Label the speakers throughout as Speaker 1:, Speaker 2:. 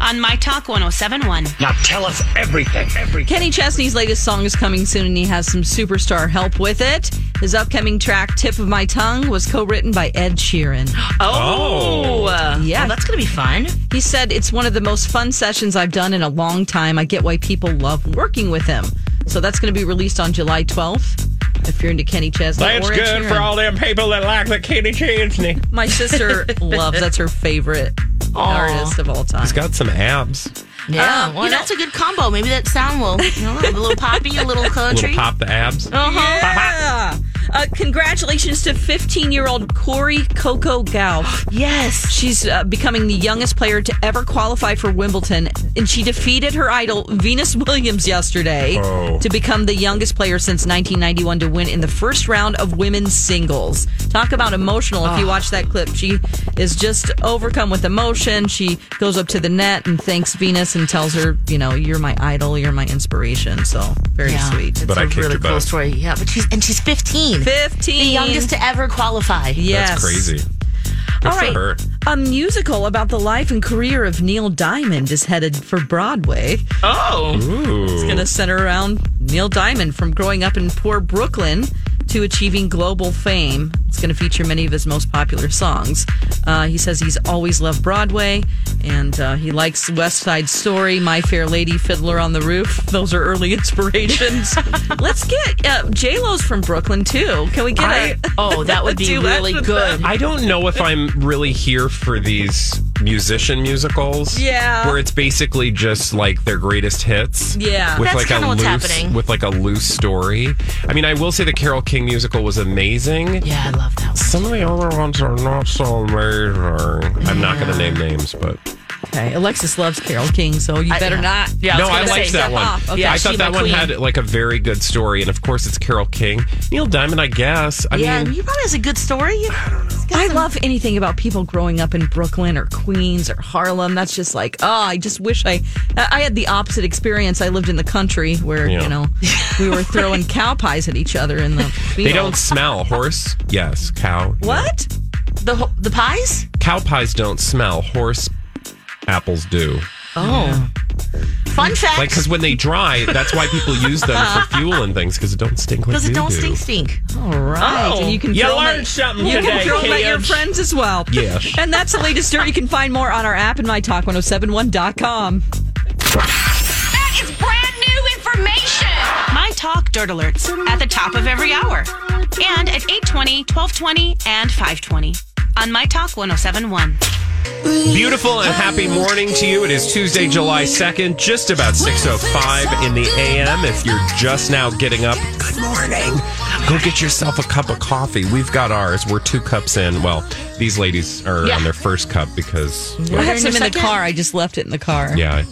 Speaker 1: on My Talk 1071.
Speaker 2: Now tell us everything. Everything.
Speaker 3: Kenny Chesney's latest song is coming soon, and he has some superstar help with it. His upcoming track, Tip of My Tongue, was co written by Ed Sheeran.
Speaker 4: Oh,
Speaker 3: Yeah.
Speaker 4: yeah, that's gonna be fun.
Speaker 3: He said, It's one of the most fun sessions I've done in a long time. I get why people love working with him. So that's going to be released on July 12th. If you're into Kenny Chesney,
Speaker 5: That's
Speaker 3: or Ed
Speaker 5: good for
Speaker 3: Sheeran.
Speaker 5: all them people that like the kitty chesney.
Speaker 3: My sister loves. That's her favorite artist of all time.
Speaker 5: He's got some abs.
Speaker 4: Yeah,
Speaker 3: Um,
Speaker 4: well,
Speaker 3: you know-
Speaker 4: that's a good combo. Maybe that sound will, you know, a little poppy, a little
Speaker 5: A
Speaker 4: country.
Speaker 5: little pop the Oh, abs.
Speaker 4: Uh-huh.
Speaker 3: Yeah. Uh, congratulations to 15 year old Corey Coco Gauff.
Speaker 4: Yes.
Speaker 3: She's uh, becoming the youngest player to ever qualify for Wimbledon, and she defeated her idol Venus Williams yesterday
Speaker 5: Oh.
Speaker 3: to become the youngest player since 1991 to win in the first round of women's singles. Talk about emotional!
Speaker 4: Ah.
Speaker 3: If you watch that clip, she is just overcome with emotion. She goes up to the net and thanks Venus and tells her, "You know, you're my idol, you're my inspiration." So very
Speaker 4: Yeah.
Speaker 3: sweet.
Speaker 4: It's
Speaker 5: But
Speaker 4: a
Speaker 5: I kicked
Speaker 4: really
Speaker 5: your
Speaker 4: cool
Speaker 5: butt.
Speaker 4: story. Yeah, but she's and she's 15.
Speaker 3: 15,
Speaker 4: The youngest to ever qualify.
Speaker 3: Yes.
Speaker 5: That's crazy. Good
Speaker 3: All
Speaker 5: for
Speaker 3: right.
Speaker 5: her.
Speaker 3: A musical about the life and career of Neil Diamond is headed for Broadway.
Speaker 4: Oh.
Speaker 5: Ooh.
Speaker 3: Going to center around Neil Diamond from growing up in poor Brooklyn to achieving global fame. It's going to feature many of his most popular songs. Uh, he says he's always loved Broadway and uh, he likes West Side Story, My Fair Lady, Fiddler on the Roof. Those are early inspirations. Let's get uh, J Lo's from Brooklyn too. Can we get
Speaker 5: I-
Speaker 3: a
Speaker 4: Oh, that would be
Speaker 3: Duet
Speaker 4: really
Speaker 3: with
Speaker 4: good.
Speaker 5: I don't know if I'm really here for these musician musicals.
Speaker 3: Yeah.
Speaker 5: Where it's basically just like their greatest hits.
Speaker 3: Yeah.
Speaker 5: With
Speaker 4: That's
Speaker 5: like
Speaker 4: kinda
Speaker 5: a
Speaker 4: what's
Speaker 5: loose
Speaker 4: happening.
Speaker 5: with like a loose story. I mean, I will say the Carol King musical was amazing.
Speaker 4: Yeah, I love that one.
Speaker 5: Some of the other ones are not so amazing. I'm not going to name names, but
Speaker 3: Okay, Alexis loves Carol King, so you better
Speaker 4: yeah.
Speaker 3: not.
Speaker 4: Yeah, I
Speaker 5: no,
Speaker 4: was
Speaker 5: I
Speaker 4: gonna
Speaker 5: liked
Speaker 4: say,
Speaker 5: that
Speaker 4: step
Speaker 5: one.
Speaker 4: off.
Speaker 3: Okay.
Speaker 5: I
Speaker 4: She
Speaker 5: thought that
Speaker 4: My
Speaker 5: one
Speaker 4: Queen.
Speaker 5: had like a very good story, and of course, it's Carol King, Neil Diamond. I guess. I
Speaker 4: yeah,
Speaker 5: mean,
Speaker 4: you probably has a good story.
Speaker 3: I love anything about people growing up in Brooklyn or Queens or Harlem. That's just like, oh, I just wish I. I had the opposite experience. I lived in the country where
Speaker 5: Yeah.
Speaker 3: you know we were throwing cow pies at each other in the.
Speaker 5: they
Speaker 3: field.
Speaker 5: don't smell. Horse, yes. Cow, no.
Speaker 3: What?
Speaker 4: The ho- the pies?
Speaker 5: Cow pies don't smell. Horse apples do.
Speaker 4: Oh. Fun fact.
Speaker 5: Like because when they dry, that's why people use them for fuel and things because it don't stink like
Speaker 4: Because it don't
Speaker 5: do.
Speaker 4: stink stink.
Speaker 3: All right, and you can.
Speaker 5: Oh, you
Speaker 3: throw 'em
Speaker 5: learned
Speaker 3: at-
Speaker 5: something
Speaker 3: You
Speaker 5: today,
Speaker 3: can throw 'em at your
Speaker 5: kids.
Speaker 3: friends as well.
Speaker 5: Yes.
Speaker 3: And that's the latest dirt. You can find more on our app and mytalk1071.com.
Speaker 1: That is brand new information. My Talk Dirt Alerts at the top of every hour and at 820, 1220, and 520 on My Talk 1071.
Speaker 5: Beautiful and happy morning to you. It is Tuesday, July 2nd, just about 6.05 in the a.m. If you're just now getting up, good morning. Go get yourself a cup of coffee. We've got ours. We're two cups in. Well, these ladies are
Speaker 4: Yeah.
Speaker 5: on their first cup because,
Speaker 3: I had some in the
Speaker 4: second.
Speaker 3: car. I just left it in the car.
Speaker 5: yeah,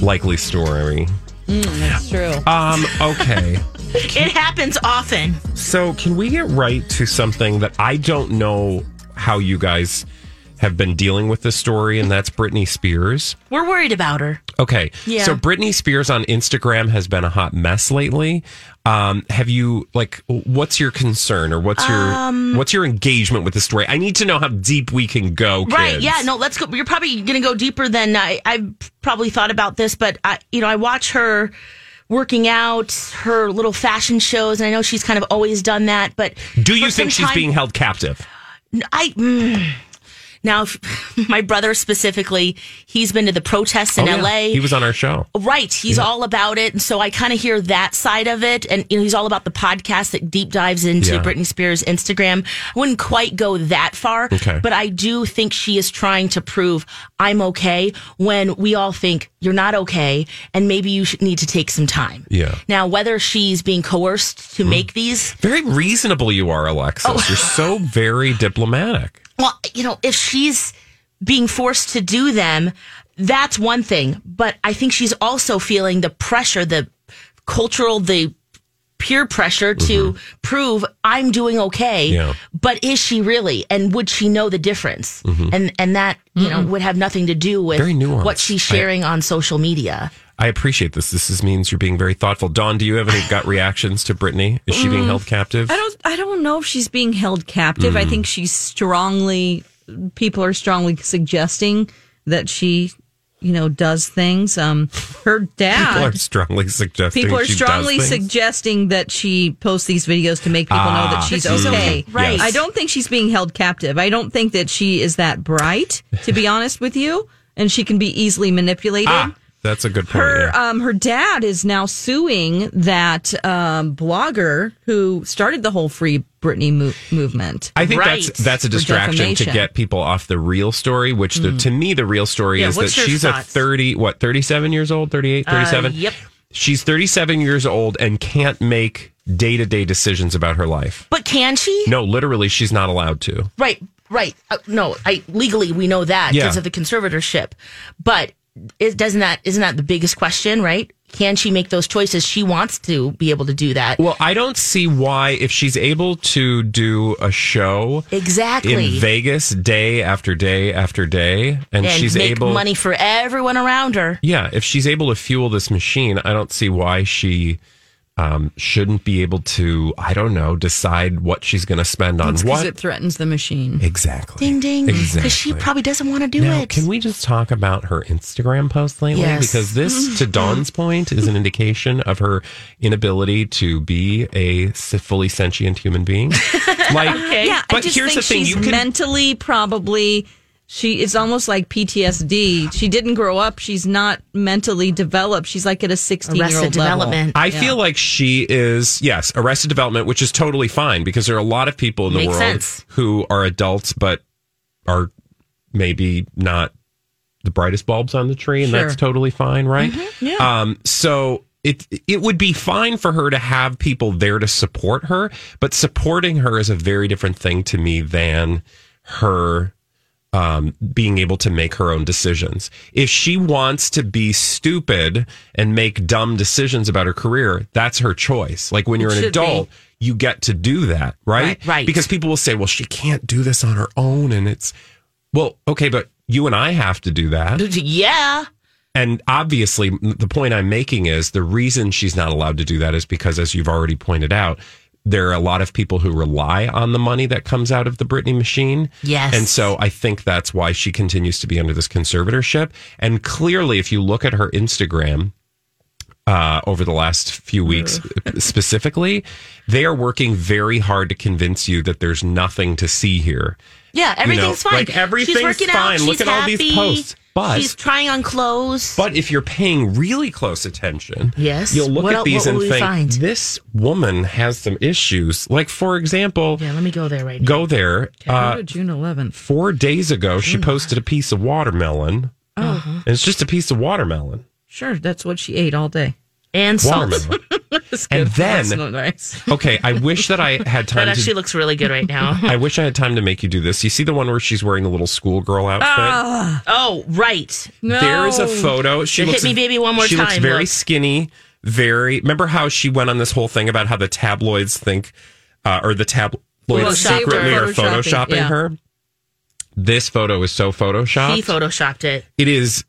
Speaker 5: likely story.
Speaker 3: that's true.
Speaker 5: Um, okay.
Speaker 4: It happens often.
Speaker 5: So, can we get right to something that I don't know how you guys have been dealing with this story, and that's Britney Spears.
Speaker 4: We're worried about her.
Speaker 5: Okay.
Speaker 4: Yeah.
Speaker 5: So Britney Spears on Instagram has been a hot mess lately. Um, have you like what's your concern or what's your
Speaker 4: Um,
Speaker 5: what's your engagement with the story? I need to know how deep we can go, kids.
Speaker 4: Right. Yeah. No. Let's go. You're probably going to go deeper than I. I probably thought about this, but I, you know, I watch her working out, her little fashion shows, and I know she's kind of always done that. But
Speaker 5: Do you
Speaker 4: for some
Speaker 5: think she's
Speaker 4: time-
Speaker 5: being held captive?
Speaker 4: I. Mm, now, if- my brother specifically, he's been to the protests in
Speaker 5: Oh, yeah.
Speaker 4: L.A.
Speaker 5: He was on our show.
Speaker 4: Right. He's all about it. And so I kind of hear that side of it. And you know, he's all about the podcast that deep dives into
Speaker 5: Yeah.
Speaker 4: Britney Spears' Instagram. I wouldn't quite go that far,
Speaker 5: Okay.
Speaker 4: but I do think she is trying to prove I'm okay when we all think you're not okay and maybe you should need to take some time.
Speaker 5: Yeah. Mm-hmm.
Speaker 4: Now, whether she's being coerced to make these,
Speaker 5: Very reasonable you are, Alexis.
Speaker 4: Oh.
Speaker 5: You're so very diplomatic.
Speaker 4: well, you know, if she's being forced to do them, that's one thing. But I think she's also feeling the pressure, the cultural, the peer pressure to prove I'm doing okay.
Speaker 5: Mm-hmm. Yeah.
Speaker 4: But is she really? And would she know the difference? And and that you know would have nothing to do with
Speaker 5: Mm-hmm. Very nuanced.
Speaker 4: what she's sharing on social media.
Speaker 5: I appreciate this. This is, means you're being very thoughtful. Dawn, do you have any gut reactions to Brittany? Is she
Speaker 4: Mm.
Speaker 5: being held captive?
Speaker 3: I don't I don't know if she's being held captive.
Speaker 5: Mm-hmm.
Speaker 3: I think she's strongly people are strongly suggesting that she, you know, does things. Um her dad
Speaker 5: People are strongly suggesting.
Speaker 3: People are
Speaker 5: she does
Speaker 3: strongly
Speaker 5: things.
Speaker 3: suggesting that she posts these videos to make people know that she's okay.
Speaker 5: Ah, Right. Yes.
Speaker 3: I don't think she's being held captive. I don't think that she is that bright, to be honest with you, and she can be easily manipulated.
Speaker 5: Ah, that's a good point.
Speaker 3: Her
Speaker 5: yeah.
Speaker 3: um her dad is now suing that um, blogger who started the whole free Britney mo- movement.
Speaker 5: I think
Speaker 4: Right.
Speaker 5: that's that's a
Speaker 3: For
Speaker 5: distraction to
Speaker 3: defamation.
Speaker 5: get people off the real story, which the, to me the real story
Speaker 4: Mm. Yeah,
Speaker 5: is that
Speaker 4: what's your
Speaker 5: she's a
Speaker 4: thoughts? Uh,
Speaker 5: 30 what 37 years old, 38, 37.
Speaker 4: yep.
Speaker 5: She's 37 years old and can't make day-to-day decisions about her life.
Speaker 4: But can she?
Speaker 5: No, literally she's not allowed to.
Speaker 4: Right, right. Uh, no, I legally we know that
Speaker 5: Yeah.
Speaker 4: because of the conservatorship. But it doesn't that isn't that the biggest question, right? Can she make those choices? She wants to be able to do that.
Speaker 5: Well, I don't see why if she's able to do a show in
Speaker 4: exactly.
Speaker 5: Vegas day after day after day and,
Speaker 4: and
Speaker 5: she's
Speaker 4: make
Speaker 5: able
Speaker 4: money for everyone around her.
Speaker 5: Yeah, if she's able to fuel this machine, I don't see why she um, shouldn't be able to. I don't know, decide what she's going to spend on
Speaker 3: because
Speaker 5: what
Speaker 3: it threatens the machine.
Speaker 5: exactly.
Speaker 4: Ding ding. Because
Speaker 5: Exactly.
Speaker 4: she probably doesn't want to do
Speaker 5: Now,
Speaker 4: it.
Speaker 5: can we just talk about her Instagram post lately?
Speaker 4: Yes.
Speaker 5: Because this, to Dawn's point, is an indication of her inability to be a s- fully sentient human being. Like,
Speaker 3: Yeah,
Speaker 5: but
Speaker 3: I just
Speaker 5: here's
Speaker 3: think
Speaker 5: the thing:
Speaker 3: she's
Speaker 5: you can
Speaker 3: mentally probably she it's almost like PTSD. She didn't grow up. She's not mentally developed. She's like at a sixteen year
Speaker 4: Arrested
Speaker 3: old
Speaker 4: development.
Speaker 5: I feel like she is, yes, arrested development, which is totally fine because there are a lot of people in the
Speaker 4: Makes
Speaker 5: world
Speaker 4: sense.
Speaker 5: who are adults but are maybe not the brightest bulbs on the tree, and that's
Speaker 3: Sure.
Speaker 5: totally fine, right? Yeah. Um, so it it would be fine for her to have people there to support her, but supporting her is a very different thing to me than her um, being able to make her own decisions. If she wants to be stupid and make dumb decisions about her career, that's her choice. Like when you're an
Speaker 3: should be.
Speaker 5: adult, you get to do that, right?
Speaker 4: Right, right.
Speaker 5: Because people will say, well, she can't do this on her own. And it's, well, okay, but you and I have to do that.
Speaker 4: yeah.
Speaker 5: And obviously, m- the point I'm making is the reason she's not allowed to do that is because, as you've already pointed out, there are a lot of people who rely on the money that comes out of the Britney machine.
Speaker 4: Yes.
Speaker 5: And so I think that's why she continues to be under this conservatorship. And clearly, if you look at her Instagram, uh, over the last few weeks specifically, they are working very hard to convince you that there's nothing to see here.
Speaker 4: Yeah, everything's fine.
Speaker 5: like, everything's
Speaker 4: she's working
Speaker 5: fine.
Speaker 4: Out,
Speaker 5: Look
Speaker 4: she's
Speaker 5: at all these
Speaker 4: happy,
Speaker 5: posts. But-
Speaker 4: she's trying on clothes.
Speaker 5: But if you're paying really close attention,
Speaker 4: Yes.
Speaker 5: you'll look
Speaker 4: What
Speaker 5: at
Speaker 4: el-
Speaker 5: these
Speaker 4: what
Speaker 5: and
Speaker 4: will we
Speaker 5: think
Speaker 4: find?
Speaker 5: this woman has some issues. Like for example,
Speaker 4: yeah, let me go there right now.
Speaker 5: go there. Uh,
Speaker 3: June eleventh.
Speaker 5: four days ago,
Speaker 4: Mm.
Speaker 5: she posted a piece of watermelon.
Speaker 3: Oh,
Speaker 5: And it's just a piece of watermelon.
Speaker 3: sure. That's what she ate all day.
Speaker 4: And salt.
Speaker 5: Watermelon. and
Speaker 3: That's
Speaker 5: then,
Speaker 3: not nice.
Speaker 5: okay, I wish that I had
Speaker 4: That
Speaker 5: time.
Speaker 4: actually
Speaker 5: To,
Speaker 4: looks really good right now.
Speaker 5: I wish I had time to make you do this. You see the one where she's wearing a little schoolgirl outfit.
Speaker 4: oh, right.
Speaker 3: No.
Speaker 5: There is a photo. She
Speaker 4: Hit
Speaker 5: looks,
Speaker 4: me, baby, one more
Speaker 5: she looks
Speaker 4: time.
Speaker 5: very
Speaker 4: Look.
Speaker 5: skinny. Very. Remember how she went on this whole thing about how the tabloids think, uh, or the tabloids
Speaker 3: Photoshopped
Speaker 5: secretly
Speaker 3: her.
Speaker 5: are photoshopping
Speaker 3: Photoshopping, yeah.
Speaker 5: her. This photo is so photoshopped.
Speaker 4: He photoshopped it.
Speaker 5: it is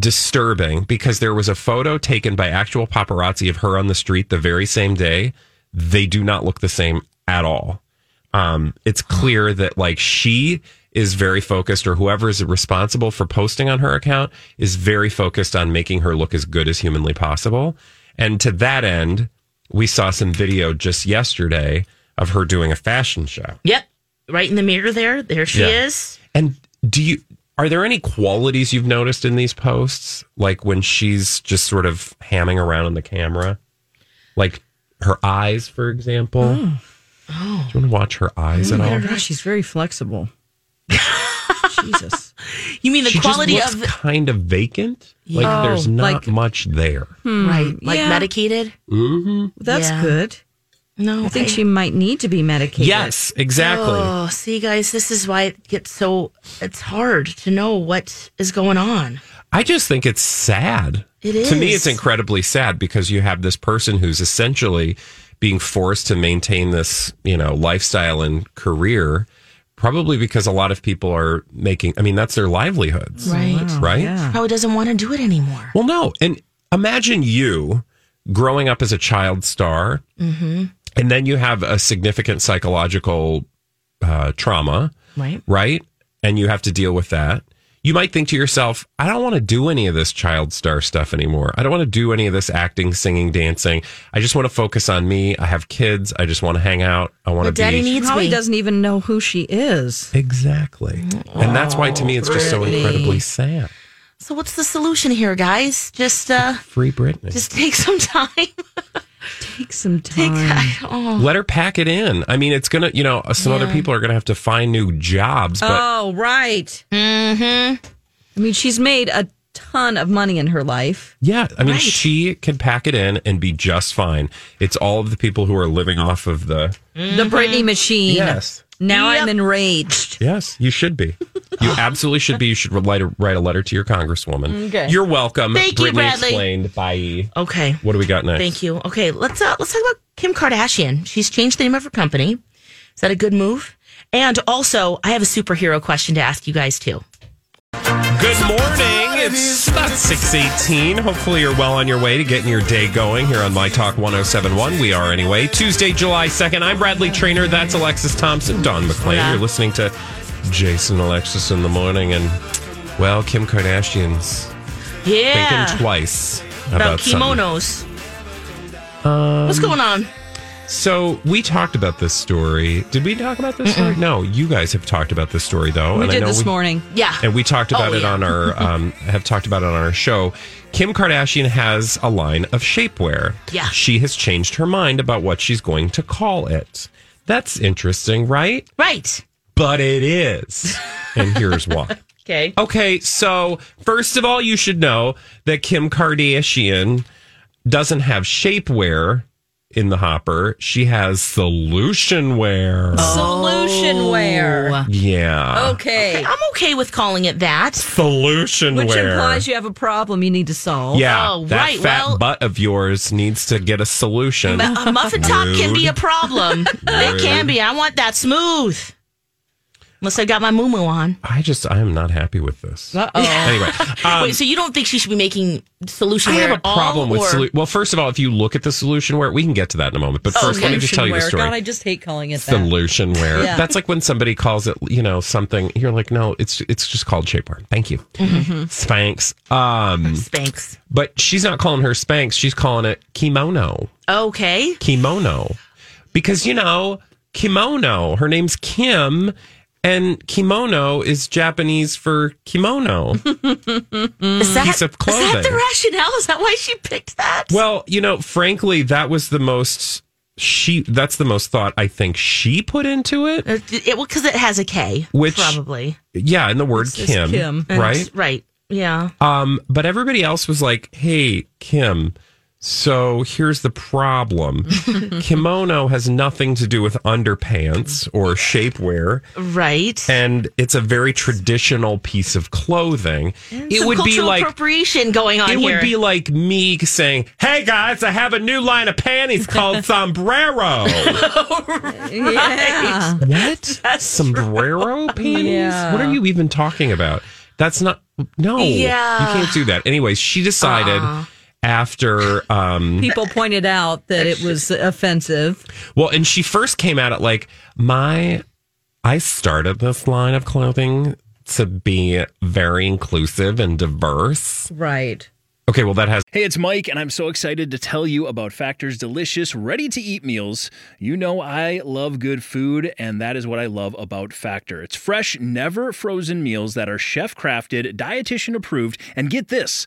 Speaker 5: disturbing because there was a photo taken by actual paparazzi of her on the street the very same day. They do not look the same at all. Um, it's clear that like she is very focused, or whoever is responsible for posting on her account is very focused on making her look as good as humanly possible. And to that end, we saw some video just yesterday of her doing a fashion show.
Speaker 4: Yep. Right in the mirror there. There she
Speaker 5: Yeah.
Speaker 4: is.
Speaker 5: And do you are there any qualities you've noticed in these posts? Like when she's just sort of hamming around on the camera? Like her eyes, for example. Do you want to watch her eyes at all?
Speaker 3: Oh, she's very flexible. Jesus.
Speaker 4: You mean the
Speaker 5: She just
Speaker 4: quality
Speaker 5: looks
Speaker 4: of
Speaker 5: kind of vacant. Like there's
Speaker 3: Oh,
Speaker 5: not
Speaker 3: like-
Speaker 5: much there.
Speaker 4: Hmm. right, like
Speaker 3: yeah.
Speaker 4: medicated?
Speaker 3: That's
Speaker 4: Yeah.
Speaker 3: good.
Speaker 4: No,
Speaker 3: I think she might need to be medicated.
Speaker 5: Yes, exactly.
Speaker 4: Oh, see, guys, this is why it gets so. It's hard to know what is going on.
Speaker 5: I just think it's sad.
Speaker 4: It
Speaker 5: To me,
Speaker 4: is.
Speaker 5: it's incredibly sad because you have this person who's essentially being forced to maintain this, you know, lifestyle and career, probably because a lot of people are making, I mean, that's their livelihoods.
Speaker 4: Right.
Speaker 5: Right?
Speaker 3: Yeah.
Speaker 4: Probably doesn't want to do it anymore.
Speaker 5: Well, no. And imagine you growing up as a child star,
Speaker 4: Mm-hmm.
Speaker 5: and then you have a significant psychological uh, trauma,
Speaker 4: Right.
Speaker 5: right? And you have to deal with that. You might think to yourself, I don't want to do any of this child star stuff anymore. I don't want to do any of this acting, singing, dancing. I just want to focus on me. I have kids. I just want to hang out. I want
Speaker 4: But
Speaker 5: to
Speaker 4: daddy
Speaker 5: be
Speaker 4: needs
Speaker 3: Probably
Speaker 4: me.
Speaker 3: doesn't even know who she is.
Speaker 5: exactly. and that's why to me it's just so incredibly sad.
Speaker 4: So what's the solution here, guys? Just uh
Speaker 5: Free Britney.
Speaker 4: just take some time.
Speaker 3: Take some
Speaker 4: Take-
Speaker 3: time.
Speaker 5: let her pack it in. I mean, it's gonna, you know, some other people are gonna have to find new jobs, but
Speaker 3: oh, right. Mm-hmm. I mean, she's made a ton of money in her life.
Speaker 5: yeah, I mean, she can pack it in and be just fine. It's all of the people who are living off of the
Speaker 3: The Britney machine.
Speaker 5: Mm-hmm. yes,
Speaker 3: Now I'm enraged.
Speaker 5: yes, you should be. You absolutely should be. You should write a, write a letter to your congresswoman.
Speaker 3: Okay.
Speaker 5: You're welcome.
Speaker 4: Thank you,
Speaker 5: Brittany
Speaker 4: Bradley.
Speaker 5: explained. Bye.
Speaker 4: okay.
Speaker 5: What do we got next?
Speaker 4: Thank you. Okay, let's uh, let's talk about Kim Kardashian. She's changed the name of her company. Is that a good move? And also, I have a superhero question to ask you guys too.
Speaker 5: Good morning. It's about 618. Hopefully, you're well on your way to getting your day going here on My Talk 1071. We are anyway. Tuesday, July 2nd. I'm Bradley Trainer. That's Alexis Thompson, Don McClain. You're listening to Jason Alexis in the morning. And, well, Kim Kardashian's
Speaker 4: Yeah.
Speaker 5: thinking twice about,
Speaker 4: about
Speaker 5: something.
Speaker 4: kimonos. What's going on?
Speaker 5: So, we talked about this story. Did we talk about this story? No, you guys have talked about this story, though.
Speaker 3: We
Speaker 5: and
Speaker 3: did this morning.
Speaker 4: Yeah.
Speaker 5: and we talked about
Speaker 4: Oh,
Speaker 5: it
Speaker 4: yeah.
Speaker 5: on our um, have talked about it on our show. Kim Kardashian has a line of shapewear.
Speaker 4: Yeah.
Speaker 5: she has changed her mind about what she's going to call it. That's interesting, right?
Speaker 4: right.
Speaker 5: But it is, and here's why.
Speaker 4: Okay.
Speaker 5: Okay, so first of all, you should know that Kim Kardashian doesn't have shapewear in the hopper. She has solution wear.
Speaker 4: Uh.
Speaker 3: Solution
Speaker 5: Oh.
Speaker 3: wear.
Speaker 5: Yeah.
Speaker 3: Okay.
Speaker 4: I'm okay with calling it that.
Speaker 5: Solution
Speaker 3: Which
Speaker 5: wear.
Speaker 3: implies you have a problem you need to solve.
Speaker 5: Yeah,
Speaker 4: Oh,
Speaker 5: that
Speaker 4: right,
Speaker 5: fat
Speaker 4: well-
Speaker 5: butt of yours needs to get a solution.
Speaker 4: A muffin top can be a
Speaker 5: Rude.
Speaker 4: problem. it can be. I want that smooth. Unless I got my moo on.
Speaker 5: I just, I am not happy with this.
Speaker 3: Uh oh.
Speaker 5: Anyway, um,
Speaker 4: Wait, so you don't think she should be making solution
Speaker 5: I
Speaker 4: wear
Speaker 5: have a
Speaker 4: at all,
Speaker 5: problem with.
Speaker 4: or- Oh,
Speaker 5: Solu- well, first of all, if you look at the solution wear, we can get to that in a moment. But first, let me just tell you the story.
Speaker 3: God, I just hate calling it that.
Speaker 5: solution wear.
Speaker 3: Yeah.
Speaker 5: That's like when somebody calls it, you know, something. You're like, no, it's it's just called shapewear. Thank you,
Speaker 3: Mm-hmm.
Speaker 5: Spanx. Um,
Speaker 4: Spanx.
Speaker 5: but she's not calling her Spanx. She's calling it kimono.
Speaker 4: Okay.
Speaker 5: kimono because you know kimono her name's kim and kimono is japanese for kimono
Speaker 4: Is that,
Speaker 5: Mm, Piece of
Speaker 4: Is that
Speaker 5: clothing.
Speaker 4: the rationale? Is that why she picked that?
Speaker 5: well you know frankly that was the most she that's the most thought i think she put into it
Speaker 4: Uh, it well because it has a K,
Speaker 5: Which-
Speaker 4: probably
Speaker 5: yeah and the word
Speaker 3: just
Speaker 5: kim,
Speaker 3: Kim. And
Speaker 5: right
Speaker 4: right. Yeah,
Speaker 5: um but everybody else was like hey kim so here's the problem kimono has nothing to do with underpants or shapewear
Speaker 4: right.
Speaker 5: and it's a very traditional piece of clothing. It
Speaker 4: Some
Speaker 5: would be
Speaker 4: cultural
Speaker 5: like
Speaker 4: appropriation going on
Speaker 5: it
Speaker 4: here.
Speaker 5: would be like me saying, "Hey guys, I have a new line of panties called sombrero."
Speaker 3: Yeah.
Speaker 5: what? sombrero panties?
Speaker 3: Yeah.
Speaker 5: What are you even talking about? That's not no.
Speaker 4: Yeah.
Speaker 5: You can't do that. Anyways, she decided after um
Speaker 3: People pointed out that it was offensive.
Speaker 5: Well, and she first came at it like, my, I started this line of clothing to be very inclusive and diverse.
Speaker 3: Right.
Speaker 5: Okay, well, that has
Speaker 6: Hey, it's Mike, and I'm so excited to tell you about Factor's delicious, ready to eat meals. You know, I love good food, and that is what I love about Factor. It's fresh, never frozen meals that are chef crafted, dietitian approved, and get this,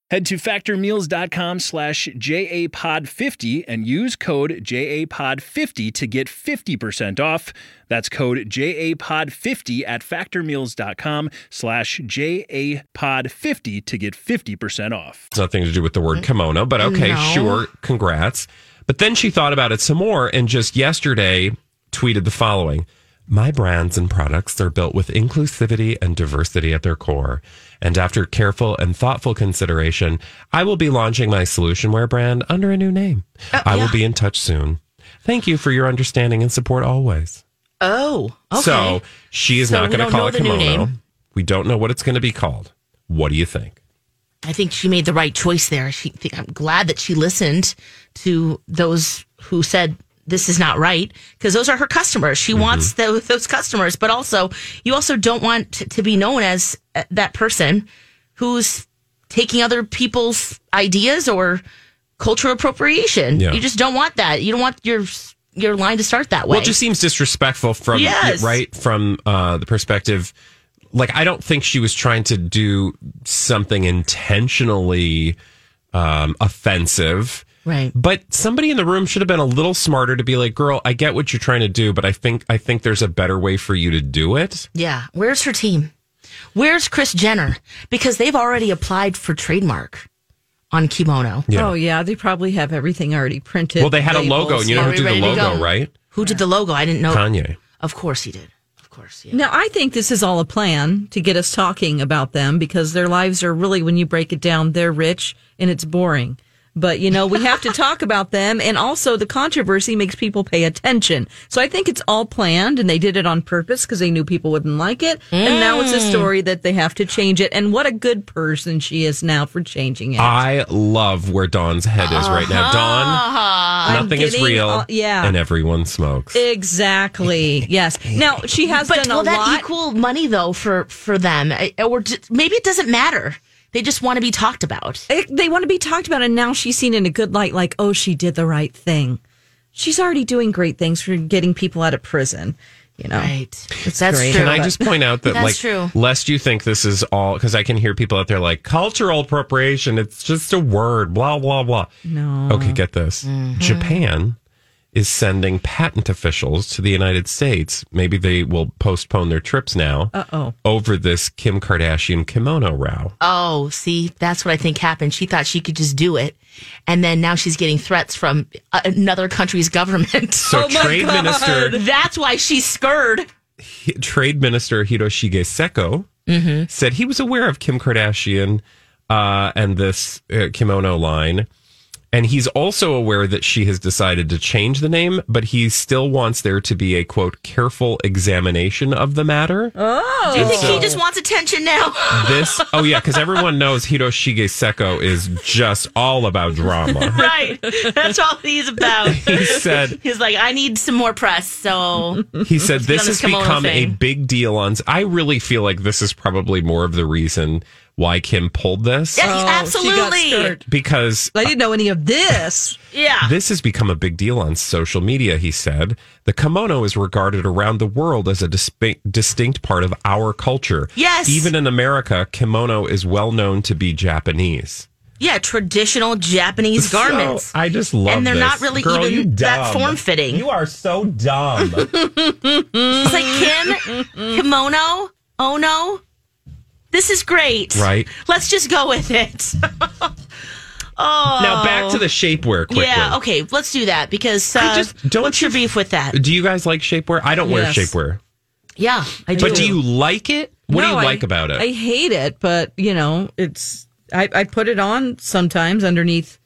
Speaker 6: Head to factormeals.com slash JAPOD50 and use code JAPOD50 to get 50% off. That's code JAPOD50 at factormeals.com slash JAPOD50 to get 50% off.
Speaker 5: It's nothing to do with the word kimono, but okay,
Speaker 4: Mm. No.
Speaker 5: sure, congrats. But then she thought about it some more and just yesterday tweeted the following My brands and products are built with inclusivity and diversity at their core. And after careful and thoughtful consideration, I will be launching my solution wear brand under a new name.
Speaker 4: Oh,
Speaker 5: I will be in touch soon. Thank you for your understanding and support always.
Speaker 4: Oh, okay.
Speaker 5: So she is
Speaker 4: So
Speaker 5: not
Speaker 4: we
Speaker 5: going to
Speaker 4: don't
Speaker 5: call
Speaker 4: know
Speaker 5: it
Speaker 4: the new
Speaker 5: kimono.
Speaker 4: name.
Speaker 5: We don't know what it's going to be called. What do you think?
Speaker 4: I think she made the right choice there. She, th- I'm glad that she listened to those who said this is not right because those are her customers. She
Speaker 5: Mm-hmm.
Speaker 4: wants tho- those customers, but also you also don't want t- to be known as uh, that person who's taking other people's ideas or cultural appropriation.
Speaker 5: Yeah.
Speaker 4: You just don't want that. You don't want your your line to start that way.
Speaker 5: Well, it just seems disrespectful from
Speaker 4: Yes.
Speaker 5: right from uh, the perspective. Like, I don't think she was trying to do something intentionally um, offensive.
Speaker 4: right.
Speaker 5: But somebody in the room should have been a little smarter to be like, "Girl, I get what you're trying to do, but I think I think there's a better way for you to do it."
Speaker 4: Yeah. Where's her team? Where's Chris Jenner? Because they've already applied for trademark on kimono.
Speaker 5: Yeah.
Speaker 3: Oh yeah, they probably have everything already printed.
Speaker 5: Well, they had a logo,
Speaker 3: labels. Oh.
Speaker 5: and you know
Speaker 4: Are
Speaker 5: who
Speaker 4: we
Speaker 5: did the
Speaker 4: ready to
Speaker 5: logo,
Speaker 4: go?
Speaker 5: right?
Speaker 4: Who did the logo? I didn't know.
Speaker 5: Kanye.
Speaker 4: Of course he did. Of course. Yeah.
Speaker 3: Now, I think this is all a plan to get us talking about them because their lives are really, when you break it down, they're rich and it's boring. But, you know, we have to talk about them. And also, the controversy makes people pay attention. So I think it's all planned and they did it on purpose because they knew people wouldn't like it. And now it's a
Speaker 4: Hmm.
Speaker 3: story that they have to change it. And what a good person she is now for changing it.
Speaker 4: Ah.
Speaker 5: I love where Dawn's head is right now. Dawn,
Speaker 3: Uh-huh. I'm
Speaker 5: nothing is
Speaker 3: getting
Speaker 5: real,
Speaker 3: all- yeah.
Speaker 5: and everyone smokes.
Speaker 3: exactly. Yes. Now, she has
Speaker 4: But
Speaker 3: done a
Speaker 4: will that
Speaker 3: lot.
Speaker 4: equal money though for for them, I- or d- maybe it doesn't matter? They just want to be talked about.
Speaker 3: it, they want to be talked about and now she's seen in a good light like oh she did the right thing she's already doing great things for getting people out of prison you know
Speaker 4: Right. That's,
Speaker 3: great.
Speaker 4: true.
Speaker 5: Can I
Speaker 4: but-
Speaker 5: just point out that,
Speaker 4: That's
Speaker 5: like,
Speaker 4: true.
Speaker 5: lest you think this is all, because I can hear people out there like, cultural appropriation, it's just a word, blah, blah, blah. No. Okay, get this.
Speaker 4: Mm-hmm.
Speaker 5: Japan is sending patent officials to the United States. Maybe they will postpone their trips now
Speaker 3: uh-oh
Speaker 5: over this Kim Kardashian kimono row.
Speaker 4: Oh, see, that's what I think happened. She thought she could just do it, and then now she's getting threats from a- another country's government.
Speaker 3: Oh
Speaker 5: So Trade Minister
Speaker 4: that's why she's scared.
Speaker 5: Trade Minister Hiroshige Seko
Speaker 4: Mm-hmm.
Speaker 5: said he was aware of Kim Kardashian uh, and this uh, kimono line. And he's also aware that she has decided to change the name, but he still wants there to be a quote, careful examination of the matter.
Speaker 4: Oh. Do you think she just wants attention now?
Speaker 5: This, oh yeah, because everyone knows Hiroshige Seko is just all about drama.
Speaker 4: right. That's all he's about.
Speaker 5: He said,
Speaker 4: He's like, I need some more press. So
Speaker 3: Oh,
Speaker 5: He said this has
Speaker 4: on this kimono
Speaker 5: become a
Speaker 4: thing.
Speaker 5: big deal on. I really feel like this is probably more of the reason why Kim pulled this
Speaker 4: Yes,
Speaker 3: Oh, she got
Speaker 4: absolutely.
Speaker 3: scared.
Speaker 5: because
Speaker 3: i didn't know any of this
Speaker 4: Yeah.
Speaker 5: this has become a big deal on social media. He said the kimono is regarded around the world as a disp- distinct part of our culture.
Speaker 4: Yes.
Speaker 5: even in America, kimono is well known to be Japanese.
Speaker 4: Yeah, traditional Japanese garments.
Speaker 5: So, I just love
Speaker 4: And they're
Speaker 5: this.
Speaker 4: not really
Speaker 5: Girl,
Speaker 4: even
Speaker 5: you
Speaker 4: that
Speaker 5: dumb.
Speaker 4: form-fitting.
Speaker 5: You are so dumb.
Speaker 4: it's like Kim, kimono, oh no. This is great.
Speaker 5: Right.
Speaker 4: Let's just go with it.
Speaker 5: Now back to the shapewear quickly.
Speaker 4: Yeah, okay, let's do that because uh,
Speaker 5: I just- don't
Speaker 4: what's your
Speaker 5: you- Uh,
Speaker 4: beef with that?
Speaker 5: Do you guys like shapewear? I don't
Speaker 3: Yes.
Speaker 5: wear shapewear.
Speaker 4: Yeah, I do.
Speaker 5: But do you like it? What do
Speaker 3: No,
Speaker 5: you
Speaker 3: I-
Speaker 5: like about it?
Speaker 3: i hate it but you know it's i, I put it on sometimes underneath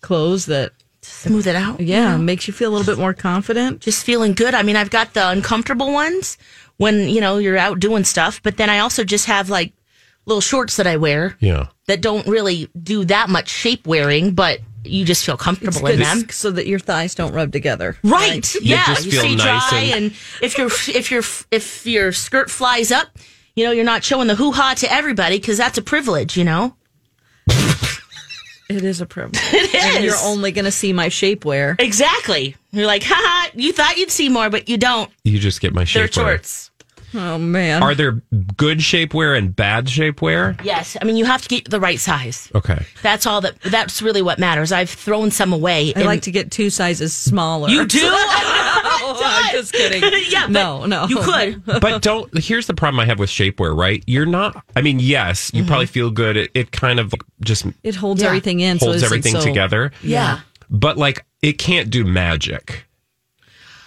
Speaker 3: clothes that
Speaker 4: smooth it out?
Speaker 3: yeah makes you feel a little bit more confident
Speaker 4: just feeling good. I mean, I've got the uncomfortable ones when, you know, you're out doing stuff, but then I also just have like little shorts that I wear
Speaker 5: yeah.
Speaker 4: that don't really do that much shape wearing, but you just feel comfortable in them.
Speaker 3: so that your thighs don't rub together
Speaker 4: Right. yeah.
Speaker 5: just
Speaker 4: you
Speaker 5: feel
Speaker 4: stay
Speaker 5: nice
Speaker 4: dry
Speaker 5: and-
Speaker 4: and, if your if your if your skirt flies up, you know, you're not showing the hoo-ha to everybody cuz that's a privilege, you know.
Speaker 3: it is a privilege it
Speaker 4: is.
Speaker 3: you're only going to see my shapewear
Speaker 4: Exactly. You're like, "Haha, you thought you'd see more, but you don't.
Speaker 5: You just get my
Speaker 4: They're
Speaker 5: shapewear.
Speaker 4: shorts."
Speaker 3: Oh man.
Speaker 5: Are there good shapewear and bad shapewear?
Speaker 4: Yes, I mean you have to get the right size.
Speaker 5: Okay.
Speaker 4: That's all that. That's really what matters. I've thrown some away.
Speaker 3: I like to get two sizes smaller.
Speaker 4: You do?
Speaker 3: Oh, I'm just kidding.
Speaker 4: yeah. but
Speaker 3: No, no.
Speaker 4: You could.
Speaker 5: But don't. Here's the problem I have with shapewear. Right? You're not. I mean, yes,
Speaker 4: Mm-hmm.
Speaker 5: you probably feel good. It, it kind of just
Speaker 3: It holds
Speaker 4: Yeah.
Speaker 3: everything in. so
Speaker 5: holds
Speaker 3: it's like
Speaker 5: everything
Speaker 3: so-
Speaker 5: together.
Speaker 4: Yeah.
Speaker 5: but like it can't do magic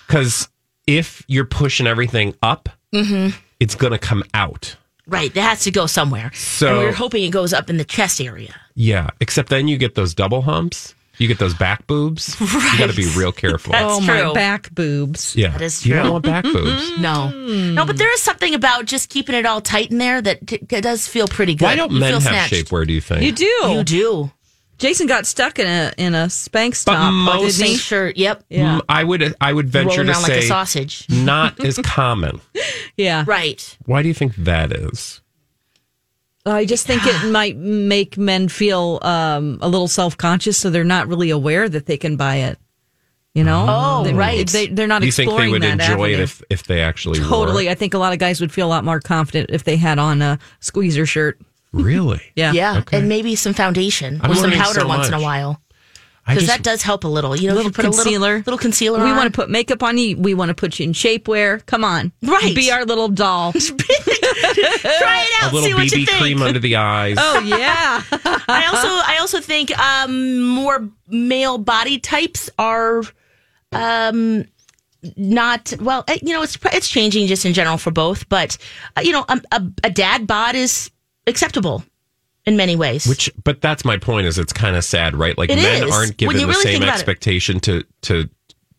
Speaker 5: because if you're pushing everything up
Speaker 4: Mm-hmm.
Speaker 5: it's gonna come out
Speaker 4: Right. That has to go somewhere.
Speaker 5: So-
Speaker 4: and we are hoping it goes up in the chest area.
Speaker 5: yeah except then you get those double humps you get those back boobs you gotta be real careful
Speaker 4: That's-
Speaker 3: Oh
Speaker 4: true.
Speaker 3: my back boobs.
Speaker 5: yeah
Speaker 4: that is
Speaker 5: you don't
Speaker 4: true.
Speaker 5: want back boobs
Speaker 4: No. No, but there is something about just keeping it all tight in there that t- it does feel pretty good.
Speaker 5: why don't
Speaker 4: You
Speaker 5: men
Speaker 4: feel
Speaker 5: have
Speaker 4: snatched.
Speaker 5: shapewear do you think
Speaker 3: You do.
Speaker 4: You do.
Speaker 3: Jason got stuck in a in a Spanx
Speaker 5: But
Speaker 3: top.
Speaker 5: most-
Speaker 3: didn't he?
Speaker 4: Same shirt. Yep.
Speaker 3: Yeah.
Speaker 5: Mm, i would i would venture to
Speaker 4: Rolling around like a
Speaker 5: say
Speaker 4: sausage.
Speaker 5: not as common
Speaker 3: Yeah.
Speaker 4: Right.
Speaker 5: why do you think that is
Speaker 3: I just think it might make men feel um, a little self conscious, so they're not really aware that they can buy it. You know?
Speaker 4: Oh,
Speaker 3: they,
Speaker 4: right.
Speaker 3: They, they're not
Speaker 5: do you think
Speaker 3: exploring
Speaker 5: they would
Speaker 3: that
Speaker 5: enjoy it
Speaker 3: avenue.
Speaker 5: if, if they actually wore
Speaker 3: Totally.
Speaker 5: it?
Speaker 3: I think a lot of guys would feel a lot more confident if they had on a squeezer shirt.
Speaker 5: really
Speaker 3: Yeah.
Speaker 4: Yeah.
Speaker 5: Okay.
Speaker 4: And maybe some foundation
Speaker 5: I'm
Speaker 4: or some
Speaker 5: learning
Speaker 4: powder
Speaker 5: so
Speaker 4: once in a
Speaker 5: much.
Speaker 4: while.
Speaker 5: I
Speaker 4: Because
Speaker 5: just-
Speaker 4: that does help a little. You know, if
Speaker 3: Little
Speaker 4: you put a
Speaker 3: concealer.
Speaker 4: little, little concealer
Speaker 3: We
Speaker 4: on.
Speaker 3: want to put makeup on you. We want to put you in shapewear. Come on.
Speaker 4: Right.
Speaker 3: Be our little doll.
Speaker 4: Try it out.
Speaker 5: a little
Speaker 4: see what you
Speaker 5: bb
Speaker 4: think.
Speaker 5: cream under the eyes
Speaker 3: oh, yeah.
Speaker 4: I also I also think um, more male body types are um, not well. eh, You know, it's it's changing just in general for both, but uh, you know, a, a, a dad bod is acceptable in many ways.
Speaker 5: Which, but that's my point. Is it's kind of sad, right? Like
Speaker 4: It
Speaker 5: men
Speaker 4: is.
Speaker 5: aren't
Speaker 4: When
Speaker 5: given
Speaker 4: you
Speaker 5: the
Speaker 4: really
Speaker 5: same
Speaker 4: think about it.
Speaker 5: expectation to to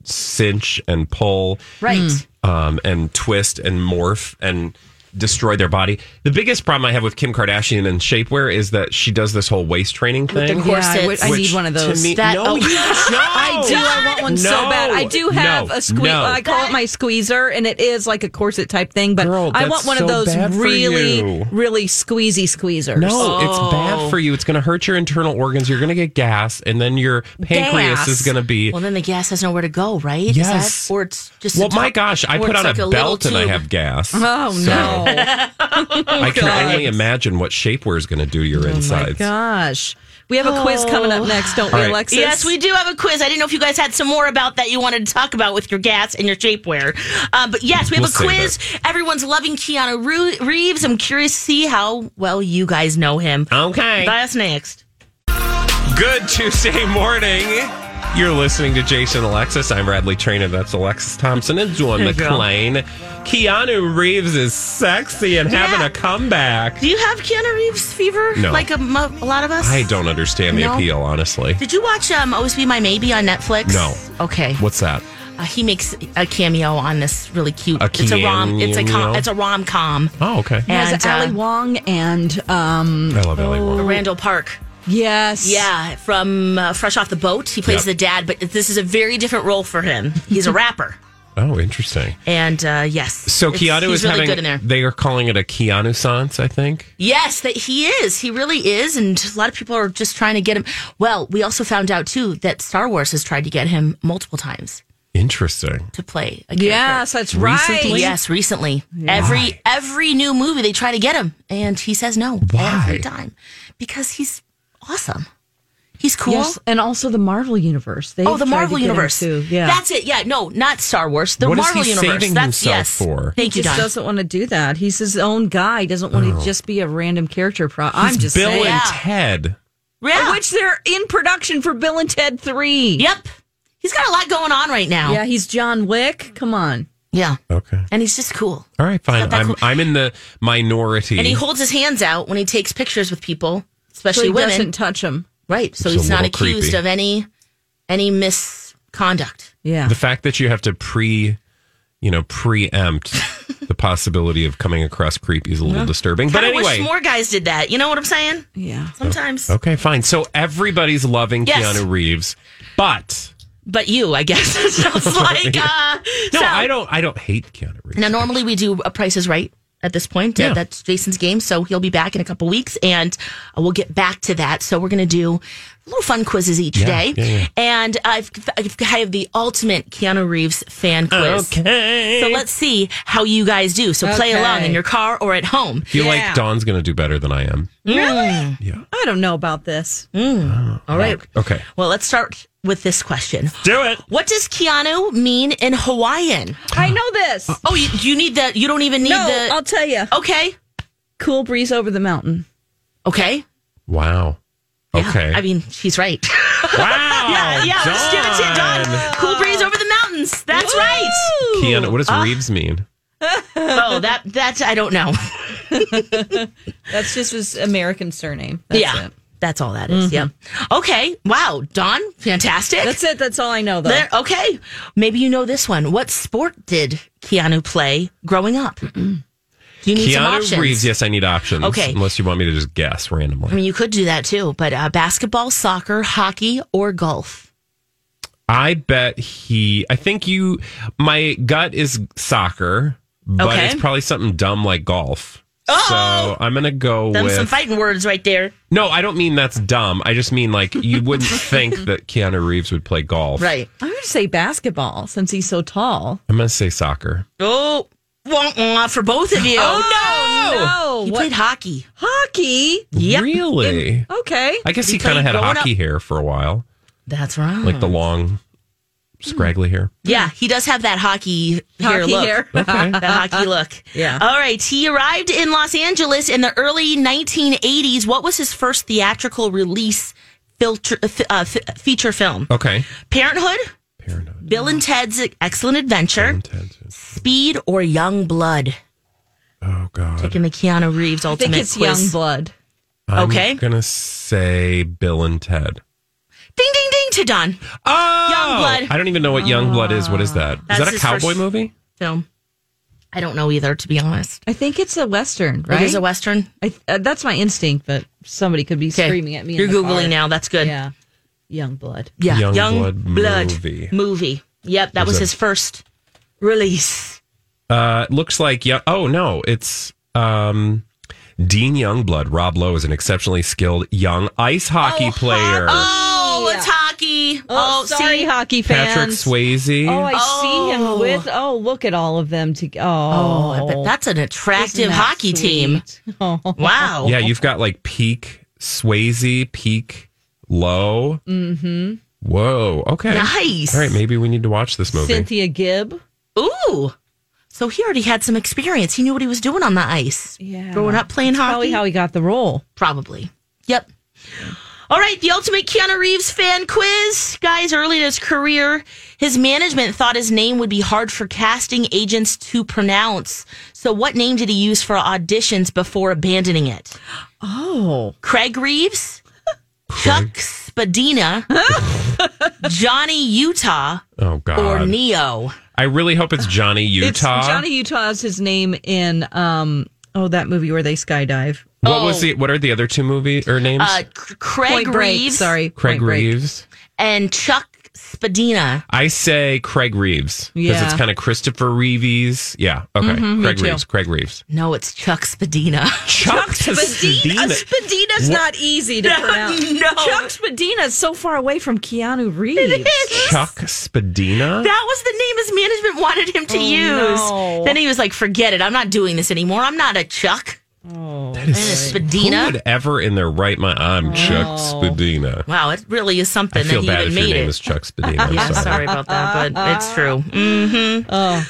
Speaker 5: cinch and pull,
Speaker 4: right?
Speaker 5: um, and twist and morph and destroy their body. The biggest problem I have with Kim Kardashian and shapewear is that she does this whole waist training
Speaker 4: the
Speaker 5: thing.
Speaker 4: cor-
Speaker 3: Yeah, I, would- I
Speaker 5: which
Speaker 3: need one of
Speaker 5: to
Speaker 3: those.
Speaker 5: me-
Speaker 4: That-
Speaker 5: no,
Speaker 4: oh.
Speaker 5: you don't.
Speaker 3: I do. I want one so
Speaker 5: No.
Speaker 3: bad. I do have
Speaker 5: No.
Speaker 3: a squeeze.
Speaker 5: No.
Speaker 3: I call it my squeezer, and it is like a corset type thing. But
Speaker 5: Girl,
Speaker 3: I
Speaker 5: that's
Speaker 3: want one of
Speaker 5: so
Speaker 3: those
Speaker 5: bad for
Speaker 3: really,
Speaker 5: you.
Speaker 3: really squeezy squeezers.
Speaker 5: No, it's
Speaker 3: Oh.
Speaker 5: bad for you. It's going to hurt your internal organs. You're going to get gas, and then your pancreas
Speaker 4: Gas.
Speaker 5: is going to be.
Speaker 4: Well, then the gas has nowhere to go, right? Is
Speaker 5: Yes.
Speaker 4: that- or it's just
Speaker 5: Well,
Speaker 4: a
Speaker 5: my
Speaker 4: top-
Speaker 5: gosh, I
Speaker 4: or
Speaker 5: put
Speaker 4: it's
Speaker 5: on
Speaker 4: like
Speaker 5: a,
Speaker 4: little
Speaker 5: belt and I
Speaker 4: tube.
Speaker 5: have gas.
Speaker 3: Oh
Speaker 5: So-
Speaker 3: no!
Speaker 5: I can only imagine what shapewear is going to do to your
Speaker 3: Oh My
Speaker 5: insides.
Speaker 3: gosh, we have a quiz coming up next, don't we,
Speaker 5: All right.
Speaker 3: Alexis?
Speaker 4: Yes, we do have a quiz. I didn't know if you guys had some more about that you wanted to talk about with your gas and your shapewear. Uh, but yes, we have
Speaker 5: We'll
Speaker 4: a
Speaker 5: save
Speaker 4: quiz. Everyone's loving Keanu Roo- Reeves. I'm curious to see how well you guys know him.
Speaker 5: Okay.
Speaker 4: That's next.
Speaker 5: Good Tuesday morning. You're listening to Jason Alexis. I'm Radley Trainer. That's Alexis Thompson and Dawn McClain. Keanu Reeves is sexy and having
Speaker 4: Yeah.
Speaker 5: a comeback.
Speaker 4: Do you have Keanu Reeves fever?
Speaker 5: No.
Speaker 4: Like a, mo- a lot of us?
Speaker 5: I don't understand the
Speaker 4: No.
Speaker 5: appeal, honestly.
Speaker 4: Did you watch um, Always Be My Maybe on Netflix?
Speaker 5: No.
Speaker 4: Okay.
Speaker 5: What's that?
Speaker 4: Uh, he makes a cameo on this really cute.
Speaker 5: A
Speaker 4: it's a rom. It's a com-
Speaker 5: cameo?
Speaker 4: it's a rom com.
Speaker 5: Oh, okay.
Speaker 3: It has
Speaker 4: And,
Speaker 3: Ali
Speaker 4: uh,
Speaker 3: Wong and um,
Speaker 5: I love Ellie Wong.
Speaker 4: Randall Park.
Speaker 3: yes,
Speaker 4: Yeah, from uh, Fresh Off the Boat. He
Speaker 5: Yep.
Speaker 4: plays the dad, but this is a very different role for him. He's a rapper.
Speaker 5: Oh, interesting.
Speaker 4: And uh, yes.
Speaker 5: So
Speaker 4: it's-
Speaker 5: Keanu
Speaker 4: he's
Speaker 5: is
Speaker 4: really
Speaker 5: having.
Speaker 4: good in there.
Speaker 5: They are calling it a Keanu Sans, I think.
Speaker 4: Yes, that he is. He really is. And a lot of people are just trying to get him. Well, we also found out, too, that Star Wars has tried to get him multiple times
Speaker 5: Interesting.
Speaker 4: to play a character.
Speaker 3: yes, that's right.
Speaker 4: Yes, recently. Every every new movie they try to get him and he says no
Speaker 5: Why?
Speaker 4: every time. Because he's awesome. He's cool.
Speaker 3: Yes, and also the Marvel universe. They
Speaker 4: oh, the Marvel Universe.
Speaker 3: too. Yeah,
Speaker 4: That's it. Yeah. No, not Star Wars. The
Speaker 5: What is
Speaker 4: Marvel
Speaker 5: he
Speaker 4: Universe.
Speaker 5: saving
Speaker 4: That's
Speaker 5: himself
Speaker 4: yes.
Speaker 5: for?
Speaker 4: Thank you,
Speaker 3: just
Speaker 4: Don.
Speaker 3: doesn't want to do that. He's his own guy. He doesn't want to just be a random character. Pro- I'm just
Speaker 5: Oh. Bill
Speaker 3: saying.
Speaker 5: and
Speaker 4: Yeah.
Speaker 5: Ted.
Speaker 4: Yeah.
Speaker 3: "Oh, which they're in production for Bill and Ted 3.
Speaker 4: Yep. He's got a lot going on right now.
Speaker 3: Yeah, he's John Wick. Come on.
Speaker 4: Yeah.
Speaker 5: Okay.
Speaker 4: And he's just cool.
Speaker 5: All right, fine.
Speaker 4: that
Speaker 5: I'm
Speaker 4: cool?
Speaker 5: I'm in the minority.
Speaker 4: And he holds his hands out when he takes pictures with people,
Speaker 3: So
Speaker 4: especially
Speaker 3: he
Speaker 4: women.
Speaker 3: doesn't touch him.
Speaker 4: Right. So
Speaker 5: It's a
Speaker 4: he's not
Speaker 5: little
Speaker 4: accused
Speaker 5: creepy.
Speaker 4: of any any misconduct.
Speaker 3: Yeah.
Speaker 5: the fact that you have to pre you know preempt the possibility of coming across creepy is a little disturbing but
Speaker 4: I wish
Speaker 5: anyway Oh,
Speaker 4: more guys did that. You know what I'm saying?
Speaker 3: yeah.
Speaker 4: Sometimes.
Speaker 5: okay fine so everybody's loving
Speaker 4: Yes.
Speaker 5: keanu reeves but
Speaker 4: But you, I guess. it sounds like. Uh,
Speaker 5: no
Speaker 4: so-
Speaker 5: i don't i don't hate keanu reeves
Speaker 4: Now, normally we do a Price is Right at this point.
Speaker 5: Yeah.
Speaker 4: uh, that's Jason's game. So he'll be back in a couple weeks and uh, we'll get back to that. So we're going to do little fun quizzes each day. And I've, I've I have the ultimate Keanu Reeves fan quiz.
Speaker 5: Okay.
Speaker 4: So let's see how you guys do. So play
Speaker 3: Okay.
Speaker 4: along in your car or at home. Mm.
Speaker 5: I feel
Speaker 3: Yeah.
Speaker 5: like Dawn's going to do better than I am.
Speaker 3: I don't know about this. Hmm.
Speaker 5: Oh.
Speaker 4: All right.
Speaker 5: Okay.
Speaker 4: Well, let's start with this question.
Speaker 5: Do it.
Speaker 4: What does Keanu mean in Hawaiian?
Speaker 3: I know
Speaker 5: Uh,
Speaker 3: this.
Speaker 4: Oh, you, you need the. You don't even need
Speaker 3: no,
Speaker 4: the.
Speaker 3: I'll tell you.
Speaker 4: uh, okay.
Speaker 3: Cool breeze over the mountain.
Speaker 4: Okay.
Speaker 5: Wow.
Speaker 4: Yeah.
Speaker 5: Okay.
Speaker 4: I mean, she's right.
Speaker 5: wow.
Speaker 3: Oh,
Speaker 4: yeah, yeah. Let's give it to you, Dawn. Cool breeze over the mountains. That's right.
Speaker 5: Keanu, what does Reeves mean?
Speaker 4: Oh, that that's I don't know.
Speaker 3: That's just his American surname. That's
Speaker 4: yeah.
Speaker 3: It. Mm-hmm.
Speaker 4: That's all that is. Yeah. Okay. Wow. Dawn, fantastic.
Speaker 3: That's it. That's all I know, though.
Speaker 4: There- okay. Maybe you know this one. What sport did Keanu play growing up? Do you need some
Speaker 5: Keanu
Speaker 4: options?
Speaker 5: Reeves. Yes, I need options.
Speaker 4: Okay.
Speaker 5: Unless you want me to just guess randomly.
Speaker 4: I mean, you could do that too, but uh, basketball, soccer, hockey, or golf.
Speaker 5: I bet he. I think you. My gut is soccer, but
Speaker 4: Okay. Oh!
Speaker 5: it's probably something dumb like golf. So I'm gonna go
Speaker 4: Them
Speaker 5: with.
Speaker 4: some fighting words right there.
Speaker 5: no, I don't mean that's dumb. I just mean like you wouldn't think that Keanu Reeves would play golf.
Speaker 4: Right.
Speaker 3: I'm going to say basketball since he's so tall.
Speaker 5: I'm gonna say soccer.
Speaker 4: Oh, wah, wah, for both of you.
Speaker 3: Oh, no!
Speaker 4: He
Speaker 3: Oh, What?
Speaker 4: played hockey.
Speaker 3: hockey.
Speaker 5: Really?
Speaker 3: Okay.
Speaker 5: I guess he
Speaker 4: played
Speaker 5: kind of had
Speaker 4: growing Mm.
Speaker 5: hockey hair for a while,
Speaker 4: That's right.
Speaker 5: like the long, scraggly hair.
Speaker 4: yeah, he does have that hockey, hair
Speaker 3: Hockey
Speaker 4: look.
Speaker 3: hair.
Speaker 4: the hockey look.
Speaker 3: Yeah.
Speaker 4: All right. He arrived in Los Angeles in the early 1980s. What was his first theatrical release filter, uh, fi- uh, fi- feature film?
Speaker 5: Okay.
Speaker 4: Parenthood,
Speaker 5: Paranoid.
Speaker 4: Bill and Ted's Excellent Adventure,
Speaker 5: Intensive.
Speaker 4: Speed, or Young Blood?
Speaker 5: Oh God.
Speaker 4: Taking the Keanu Reeves
Speaker 3: I think
Speaker 4: ultimate
Speaker 3: it's
Speaker 4: quiz.
Speaker 3: young blood.
Speaker 5: I'm
Speaker 4: Okay.
Speaker 5: Gonna say Bill and Ted.
Speaker 4: Ding, ding, ding to Don.
Speaker 5: Oh,
Speaker 4: Youngblood.
Speaker 5: I don't even know what Youngblood is. What is that? Is
Speaker 4: That's
Speaker 5: that a
Speaker 4: his
Speaker 5: cowboy
Speaker 4: first-
Speaker 5: movie?
Speaker 4: Film. I don't know either, to be honest.
Speaker 3: I think it's a western, right?
Speaker 4: It is a Western.
Speaker 3: I, uh, that's my instinct, but somebody could be screaming at me. in
Speaker 4: You're
Speaker 3: the
Speaker 4: Googling
Speaker 3: car.
Speaker 4: now. That's good.
Speaker 3: Yeah, young blood.
Speaker 4: Yeah.
Speaker 5: Young
Speaker 4: Young
Speaker 5: Blood
Speaker 4: Blood
Speaker 5: movie.
Speaker 4: movie. Yep. That was,
Speaker 5: a-
Speaker 4: his first release.
Speaker 5: Uh, it looks like yeah. Oh no, it's um, Dean Youngblood. Rob Lowe is an exceptionally skilled young ice hockey player.
Speaker 4: Oh, it's hockey.
Speaker 3: Oh, sorry,
Speaker 4: see?
Speaker 3: hockey fans.
Speaker 5: Patrick Swayze.
Speaker 3: Oh, I see him
Speaker 4: Oh.
Speaker 3: with. Oh, look at all of them. To oh,
Speaker 4: Oh, but that's an attractive
Speaker 3: isn't that
Speaker 4: hockey team.
Speaker 3: sweet? Oh,
Speaker 4: Wow.
Speaker 5: yeah, you've got like peak Swayze, peak Lowe. Mm-hmm. Whoa. Okay.
Speaker 4: Nice.
Speaker 5: All right. Maybe we need to watch this movie.
Speaker 3: Cynthia Gibb.
Speaker 4: Ooh. So he already had some experience. He knew what he was doing on the ice.
Speaker 3: Yeah.
Speaker 4: Growing up playing
Speaker 3: Probably
Speaker 4: hockey.
Speaker 3: how he got the role.
Speaker 4: Probably. Yep. All right, the ultimate Keanu Reeves fan quiz. Guys, early in his career, his management thought his name would be hard for casting agents to pronounce. So, what name did he use for auditions before abandoning it?
Speaker 3: Oh,
Speaker 4: Craig Reeves, Chuck Spadina, Johnny Utah,
Speaker 5: Oh God.
Speaker 4: or Neo?
Speaker 5: I really hope it's Johnny Utah.
Speaker 3: it's Johnny Utah is his name in um. Oh, that movie where they skydive.
Speaker 5: What was the? What are the other two movie or names?
Speaker 4: Uh, C- Craig
Speaker 3: Point Break.
Speaker 4: Reeves
Speaker 3: Sorry,
Speaker 5: Craig
Speaker 3: Point Break.
Speaker 5: Reeves.
Speaker 4: and Chuck Spadina.
Speaker 5: I say Craig Reeves because
Speaker 3: Yeah.
Speaker 5: it's kind of Christopher Reeves. Yeah. Okay.
Speaker 4: Mm-hmm,
Speaker 5: Craig Reeves. Craig Reeves.
Speaker 4: No, it's Chuck Spadina.
Speaker 5: Chuck
Speaker 3: Spadina. Spadina's
Speaker 5: What?
Speaker 3: not easy to pronounce.
Speaker 4: no.
Speaker 3: Chuck Spadina's so far away from Keanu Reeves.
Speaker 5: Chuck Spadina.
Speaker 4: That was the name his management wanted him to use.
Speaker 3: no.
Speaker 4: Then he was like, forget it. I'm not doing this anymore. I'm not a Chuck.
Speaker 5: That is
Speaker 4: It's
Speaker 5: Who
Speaker 4: Spadina.
Speaker 5: would ever in their right mind? I'm Chuck Spadina.
Speaker 4: Wow, it really is something
Speaker 5: I feel bad
Speaker 4: that he even
Speaker 5: if your
Speaker 4: made
Speaker 5: name
Speaker 4: it.
Speaker 5: is Chuck Spadina. I'm
Speaker 4: yeah,
Speaker 5: sorry.
Speaker 4: sorry about that, but it's true. hmm Uh,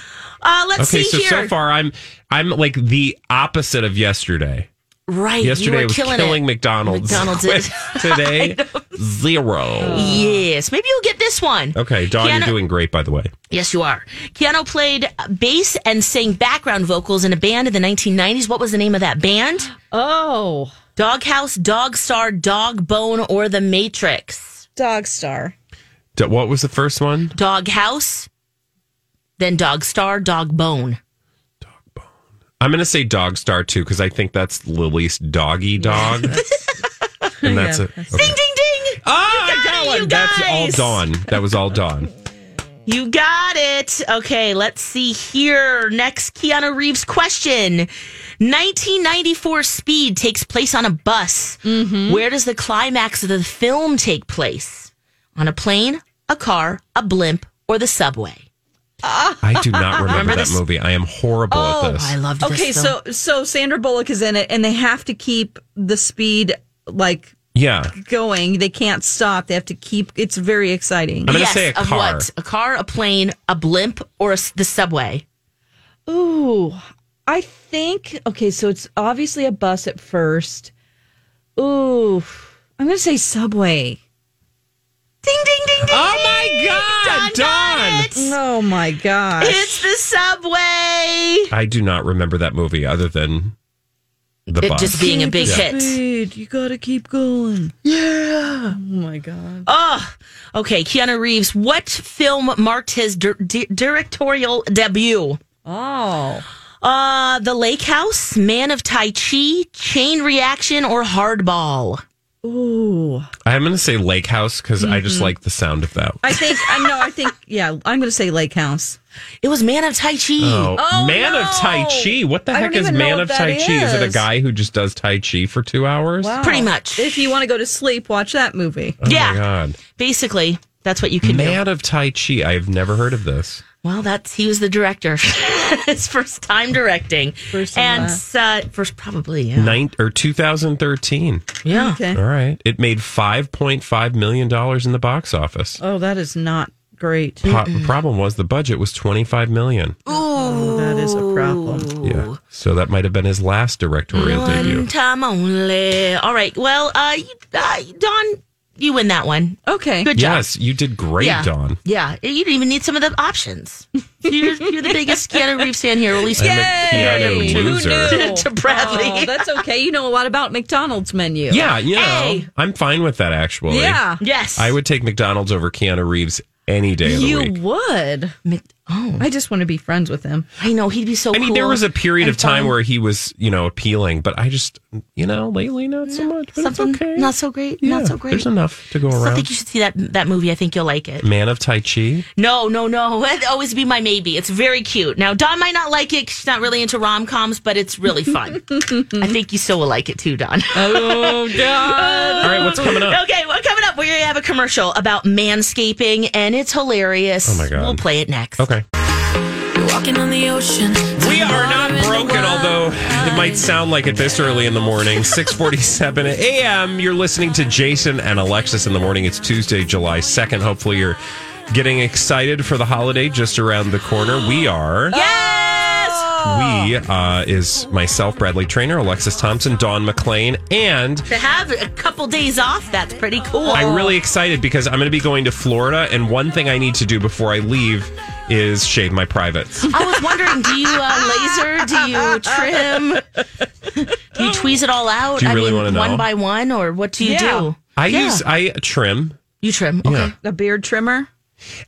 Speaker 4: let's
Speaker 5: Okay,
Speaker 4: see
Speaker 5: so
Speaker 4: here.
Speaker 5: so far I'm I'm like the opposite of yesterday.
Speaker 4: right,
Speaker 5: Yesterday
Speaker 4: you were
Speaker 5: was
Speaker 4: killing,
Speaker 5: killing
Speaker 4: it.
Speaker 5: McDonald's.
Speaker 4: McDonald's
Speaker 5: Quiz today zero.
Speaker 4: Yes, maybe you'll get this one.
Speaker 5: Okay, Dawn,
Speaker 4: Keanu-
Speaker 5: you're doing great by the way.
Speaker 4: Yes, you are. Keanu played bass and sang background vocals in a band in the 1990s. What was the name of that band?
Speaker 3: Oh,
Speaker 4: Doghouse, Dog Star, Dog Bone, or The Matrix?
Speaker 3: Dog Star.
Speaker 5: D- What was the first one?
Speaker 4: dog house, then dog star, dog bone.
Speaker 5: I'm going to say Dog Star too because I think that's Lily's doggy dog. and that's it. Okay.
Speaker 4: Ding ding ding!
Speaker 5: Ah, I
Speaker 4: got it, you
Speaker 5: That's all
Speaker 4: guys.
Speaker 5: Dawn. That was all Dawn.
Speaker 4: You got it. Okay, let's see here. Next Keanu Reeves question. 1994 Speed takes place on a bus. Where does the climax of the film take place? On a plane, a car, a blimp, or the subway?
Speaker 5: I do not remember that
Speaker 4: this?
Speaker 5: movie. I am horrible at this.
Speaker 4: I loved this.
Speaker 3: Okay,
Speaker 4: film.
Speaker 3: so so Sandra Bullock is in it, and they have to keep the speed like
Speaker 5: yeah.
Speaker 3: going. They can't stop. They have to keep. It's very exciting.
Speaker 5: I'm going to
Speaker 4: yes,
Speaker 5: say a
Speaker 4: of
Speaker 5: car.
Speaker 4: what? A car, a plane, a blimp, or a s the subway?
Speaker 3: Ooh, I think okay. So it's obviously a bus at first. Ooh, I'm gonna say subway.
Speaker 4: Ding, ding, ding, ding.
Speaker 5: Oh my God, Don!
Speaker 3: Oh my gosh!
Speaker 4: It's the subway.
Speaker 5: I do not remember that movie other than the
Speaker 4: It
Speaker 5: bus.
Speaker 4: just being a big hit.
Speaker 3: Dude, you gotta keep going. Yeah. Oh my god.
Speaker 4: Oh, okay. Keanu Reeves, what film marked his dir- di- directorial debut?
Speaker 3: Oh.
Speaker 4: Uh, The Lake House, Man of Tai Chi, Chain Reaction, or Hardball?
Speaker 3: Ooh.
Speaker 5: I'm going to say Lake House because I just like the sound of that.
Speaker 3: I think I know. I think yeah. I'm gonna say Lake House.
Speaker 4: It was Man of Tai Chi.
Speaker 5: Oh,
Speaker 3: Oh,
Speaker 5: Man of Tai
Speaker 3: no.
Speaker 5: Chi. What the
Speaker 3: I
Speaker 5: heck
Speaker 3: don't
Speaker 5: is
Speaker 3: even know
Speaker 5: Man
Speaker 3: what
Speaker 5: of Tai
Speaker 3: that
Speaker 5: Chi? Is it a
Speaker 3: is.
Speaker 5: guy who just does Tai Chi for two hours?
Speaker 4: Pretty much.
Speaker 3: If you want to go to sleep, watch that movie.
Speaker 5: Oh
Speaker 4: yeah.
Speaker 5: my God.
Speaker 4: Basically, that's what you can do.
Speaker 5: Man of Tai Chi. I have never heard of this.
Speaker 4: Well, that's he was the director. His first time directing.
Speaker 3: First and
Speaker 4: and
Speaker 3: last.
Speaker 4: uh, first probably, yeah.
Speaker 5: Nine or 2013.
Speaker 4: yeah.
Speaker 3: Okay.
Speaker 5: All right. It made $5.5 million in the box office.
Speaker 3: Oh, that is not great.
Speaker 5: Po- problem was the budget was 25 million.
Speaker 3: Oh, that is a problem.
Speaker 5: Yeah. So that might have been his last directorial
Speaker 4: One
Speaker 5: debut.
Speaker 4: time only. All right. Well, uh, you, uh, Don, you win that one.
Speaker 3: Okay.
Speaker 4: Good job.
Speaker 5: Yes, you did great,
Speaker 4: Yeah.
Speaker 5: Dawn.
Speaker 4: Yeah. You didn't even need some of the options. You're, you're the biggest Keanu Reeves fan here. At least
Speaker 5: I'm a Keanu
Speaker 3: Yay! Who
Speaker 5: loser.
Speaker 3: knew?
Speaker 4: To Bradley.
Speaker 3: Oh, that's okay. You know a lot about McDonald's menu.
Speaker 5: Yeah, you know,
Speaker 4: Hey.
Speaker 5: I'm fine with that actually.
Speaker 3: Yeah.
Speaker 4: Yes.
Speaker 5: I would take McDonald's over Keanu Reeves any day of the
Speaker 3: You
Speaker 5: week.
Speaker 3: would.
Speaker 4: Mc- Oh,
Speaker 3: I just want to be friends with him.
Speaker 4: I know he'd be so.
Speaker 5: I mean,
Speaker 4: cool
Speaker 5: there was a period
Speaker 4: and
Speaker 5: of time
Speaker 4: fun.
Speaker 5: where he was, you know, appealing, but I just, you know, lately not so much. But
Speaker 4: something
Speaker 5: it's okay.
Speaker 4: not so great.
Speaker 5: Yeah,
Speaker 4: not so great.
Speaker 5: There's enough to go
Speaker 4: So I
Speaker 5: around. Mm.
Speaker 4: think you should see that that movie. I think you'll like it.
Speaker 5: Man of Tai Chi.
Speaker 4: No, no, no. It'd always be my maybe. It's very cute. Now, Don might not like it 'cause she's not really into rom coms, but it's really fun. I think you still will like it too, Don.
Speaker 3: Oh God.
Speaker 5: All right, what's coming up?
Speaker 4: Okay, well, coming up, we're going to have a commercial about manscaping, and it's hilarious.
Speaker 5: Oh, my God.
Speaker 4: We'll play it next.
Speaker 5: Okay.
Speaker 7: Walking on the ocean.
Speaker 5: We are not broken, although it might sound like it this early in the morning. 647 a.m. You're listening to Jason and Alexis in the morning. It's Tuesday, July 2nd. Hopefully you're getting excited for the holiday just around the corner. We are. Oh. We uh, is myself, Bradley Trainer, Alexis Thompson, Dawn McLean, and
Speaker 4: To have a couple days off, that's pretty cool.
Speaker 5: I'm really excited because I'm going to be going to Florida. And one thing I need to do before I leave is shave my privates.
Speaker 4: I was wondering, do you uh, laser? Do you trim? do you tweeze it all out?
Speaker 5: Do you
Speaker 4: I
Speaker 5: really
Speaker 4: mean,
Speaker 5: wanna know?
Speaker 4: One by one, or what do you
Speaker 3: Yeah.
Speaker 4: do?
Speaker 5: I use I trim.
Speaker 4: You trim. Okay.
Speaker 5: Yeah.
Speaker 3: A beard trimmer.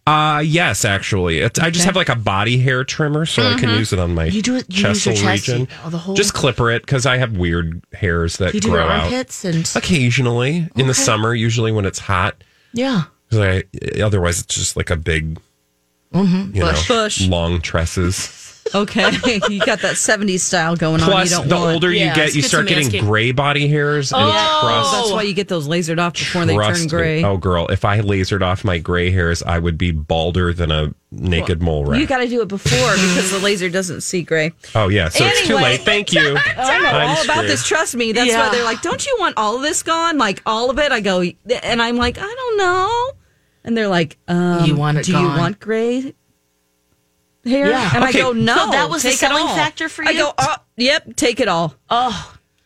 Speaker 5: Uh yes, actually. It's, I just have like a body hair trimmer, so I can use it on my
Speaker 4: Mm-hmm. You do it- you use your
Speaker 5: chestal
Speaker 4: chest,
Speaker 5: region.
Speaker 4: oh, the whole-
Speaker 5: just clipper it because I have weird hairs that
Speaker 4: Do you do
Speaker 5: grow
Speaker 4: your
Speaker 5: out
Speaker 4: armpits and.
Speaker 5: occasionally in the summer. Usually when it's hot,
Speaker 4: Yeah.
Speaker 5: 'Cause I, otherwise it's just like a big, you
Speaker 4: Mm-hmm. bush.
Speaker 5: know,
Speaker 3: Bush.
Speaker 5: long tresses.
Speaker 3: Okay. you got that '70s style going on.
Speaker 5: Plus,
Speaker 3: You don't
Speaker 5: the
Speaker 3: want.
Speaker 5: older
Speaker 4: Yeah,
Speaker 5: you get,
Speaker 4: it's
Speaker 5: you
Speaker 4: good
Speaker 5: start
Speaker 4: to
Speaker 5: getting
Speaker 4: mask Oh, it.
Speaker 5: gray body hairs and trust.
Speaker 3: That's why you get those lasered off before they
Speaker 5: Trust
Speaker 3: turn
Speaker 5: me.
Speaker 3: gray.
Speaker 5: Oh, girl, if I lasered off my gray hairs, I would be balder than a naked mole rat.
Speaker 3: You got to do it before because the laser doesn't see gray.
Speaker 5: Oh yeah, so it's too
Speaker 3: Anyway.
Speaker 5: late. Thank you.
Speaker 3: I know
Speaker 5: I'm
Speaker 3: all about
Speaker 5: screwed.
Speaker 3: this. Trust me. That's
Speaker 4: Yeah.
Speaker 3: why they're like, "Don't you want all of this gone? Like all of it?" I go, and I'm like, "I don't know." And they're like, um,
Speaker 4: You want it
Speaker 3: Do
Speaker 4: gone."
Speaker 3: you want gray hair?"
Speaker 4: Yeah.
Speaker 3: And
Speaker 5: Okay.
Speaker 3: I go, "No."
Speaker 4: So that was the
Speaker 3: take it
Speaker 4: selling
Speaker 3: all."
Speaker 4: factor for
Speaker 3: I
Speaker 4: you?
Speaker 3: go, oh, "Yep, take it all."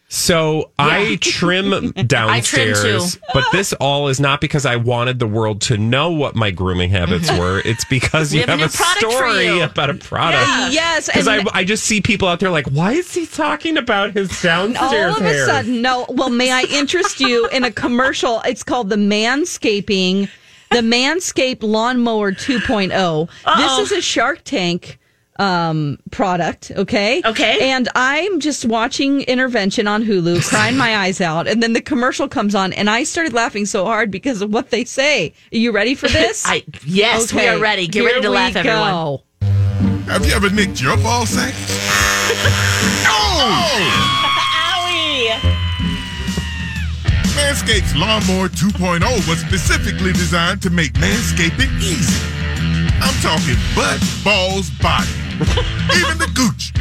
Speaker 5: So I trim downstairs,
Speaker 4: too.
Speaker 5: but this all is not because I wanted the world to know what my grooming habits were. It's because you
Speaker 4: have a
Speaker 5: have,
Speaker 4: new
Speaker 5: a,
Speaker 4: product for
Speaker 5: story
Speaker 4: you.
Speaker 5: about a product.
Speaker 3: yes,
Speaker 5: Because
Speaker 3: and-
Speaker 5: Ah. I, I just see people out there like, why is he talking about his downstairs
Speaker 3: all of
Speaker 5: hair?
Speaker 3: a sudden, no. Well, may I interest you in a commercial? It's called the Manscaping, the Manscaped Lawnmower 2 This is a Shark Tank um product okay
Speaker 4: Okay.
Speaker 3: and i'm just watching intervention on hulu crying my eyes out and then the commercial comes on and i started laughing so hard because of what they say are you ready for this
Speaker 4: I yes, we Oh,
Speaker 3: Okay,
Speaker 4: are ready. Get
Speaker 3: here
Speaker 4: ready to
Speaker 3: we
Speaker 4: laugh, everyone.
Speaker 3: go.
Speaker 8: Have you ever nicked your ball sack? oh! Manscaped's Lawnmower 2.0 was specifically designed to make manscaping easy. I'm talking butt, balls, body, even the gooch.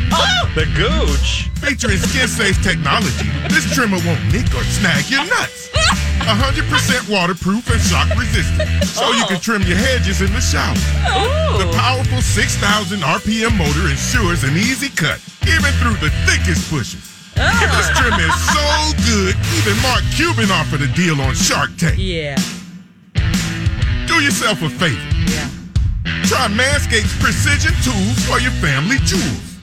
Speaker 5: The gooch.
Speaker 8: Featuring skin-safe technology, this trimmer won't nick or snag your nuts. 100% waterproof and shock resistant,
Speaker 5: Oh,
Speaker 8: so you can trim your hedges in the shower. The powerful 6,000 RPM motor ensures an easy cut, even through the thickest bushes. This trim is so good, even Mark Cuban offered a deal on Shark Tank.
Speaker 3: yeah
Speaker 8: Do yourself a favor. Try Manscaped's precision tools for your family jewels.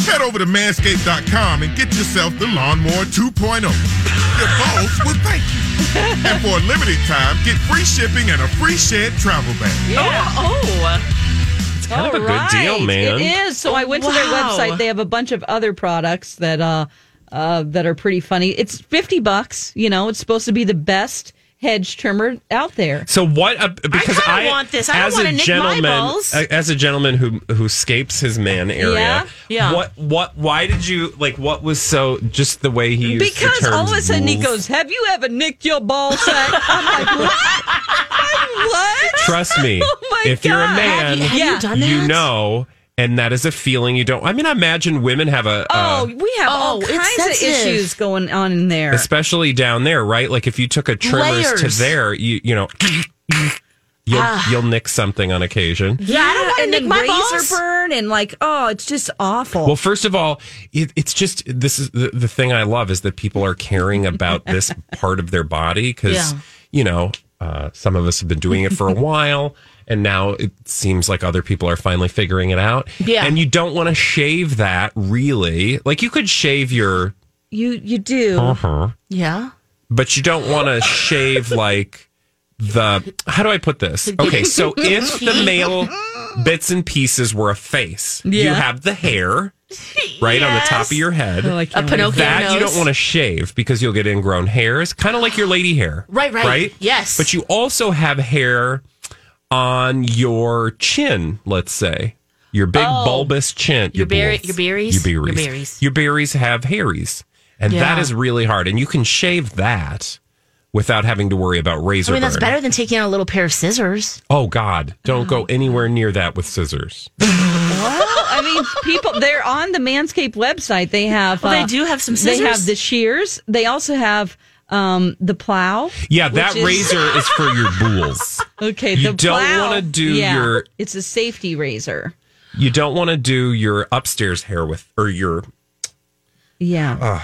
Speaker 8: Head over to manscaped.com and get yourself the Lawnmower 2.0. Your balls will thank you. And for a limited time, get free shipping and a free shed travel bag.
Speaker 3: it's
Speaker 5: kind of a good deal, man.
Speaker 3: Oh. it is so i went to their
Speaker 4: Wow.
Speaker 3: website they have a bunch of other products that uh uh that are pretty funny it's 50 bucks you know it's supposed to be the best hedge trimmer out there
Speaker 5: So what? Uh, because
Speaker 4: kinda
Speaker 5: I,
Speaker 4: want this. I don't
Speaker 5: as
Speaker 4: wanna
Speaker 5: a
Speaker 4: nick my
Speaker 5: gentleman,
Speaker 4: balls.
Speaker 5: a- as a gentleman who who escapes his man area.
Speaker 3: Yeah,
Speaker 4: yeah.
Speaker 5: What? What? Why did you like? What was so? Just the way he used
Speaker 3: Because
Speaker 5: the terms
Speaker 3: all of a sudden he
Speaker 5: wolf.
Speaker 3: goes, "Have you ever nicked your ball sack?" I'm like, "What? I'm what?"
Speaker 5: Trust me,
Speaker 3: Oh my
Speaker 5: if you're a
Speaker 3: God.
Speaker 5: man,
Speaker 4: Have
Speaker 3: Yeah.
Speaker 4: you done that?
Speaker 5: you know, and that is a feeling you don't. I mean, I imagine women have a.
Speaker 3: Oh,
Speaker 5: uh,
Speaker 3: we have all
Speaker 4: Oh, it's
Speaker 3: kinds of
Speaker 4: sensitive.
Speaker 3: issues going on in there.
Speaker 5: especially down there, right? Like if you took a trimmers to
Speaker 4: Layers. Ah.
Speaker 5: there, you you know, you'll you'll nick something on occasion.
Speaker 4: Yeah, I don't want to
Speaker 3: and
Speaker 4: nick
Speaker 3: then
Speaker 4: my
Speaker 3: razor
Speaker 4: balls.
Speaker 3: burn and like, oh, it's just awful.
Speaker 5: Well, first of all, it, it's just this is the, the thing I love is that people are caring about this part of their body because
Speaker 4: Yeah.
Speaker 5: you know uh, some of us have been doing it for a while, and now it seems like other people are finally figuring it out.
Speaker 4: Yeah.
Speaker 5: and you don't want to shave that really. Like you could shave your,
Speaker 3: you you do.
Speaker 5: Uh-huh.
Speaker 4: Yeah.
Speaker 5: but you don't want to shave like the. How do I put this? Okay, so if the male bits and pieces were a face, you
Speaker 3: Yeah.
Speaker 5: have the hair. Right on the top of
Speaker 4: Yes.
Speaker 5: your head.
Speaker 3: Oh, I
Speaker 4: A
Speaker 3: can't wait.
Speaker 4: Pinocchio
Speaker 5: that
Speaker 4: nose.
Speaker 5: you don't want to shave because you'll get ingrown hairs, kind of like your lady hair.
Speaker 4: Right, right. Yes.
Speaker 5: But you also have hair on your chin, let's say. Your big bulbous chin.
Speaker 4: Oh. Your berry-
Speaker 5: bulbs.
Speaker 4: your berries?
Speaker 5: Your berries.
Speaker 4: Your berries.
Speaker 5: Your berries have hairies. And that
Speaker 4: Yeah.
Speaker 5: is really hard. And you can shave that without having to worry about razor
Speaker 4: I mean, that's
Speaker 5: burn.
Speaker 4: better than taking out a little pair of scissors.
Speaker 5: Oh, God. Don't go anywhere near that with scissors.
Speaker 3: Well, I mean, people they're on the Manscaped website. They have uh,
Speaker 4: Well, they do have some scissors.
Speaker 3: They have the shears. They also have um the plow.
Speaker 5: Yeah, that
Speaker 3: is-
Speaker 5: razor is for your bulls.
Speaker 3: Okay,
Speaker 5: You
Speaker 3: the
Speaker 5: don't
Speaker 3: plow-
Speaker 5: wanna do
Speaker 3: yeah,
Speaker 5: your-
Speaker 3: It's a safety razor.
Speaker 5: You don't want to do your upstairs hair with, or your
Speaker 3: Yeah.
Speaker 5: Uh.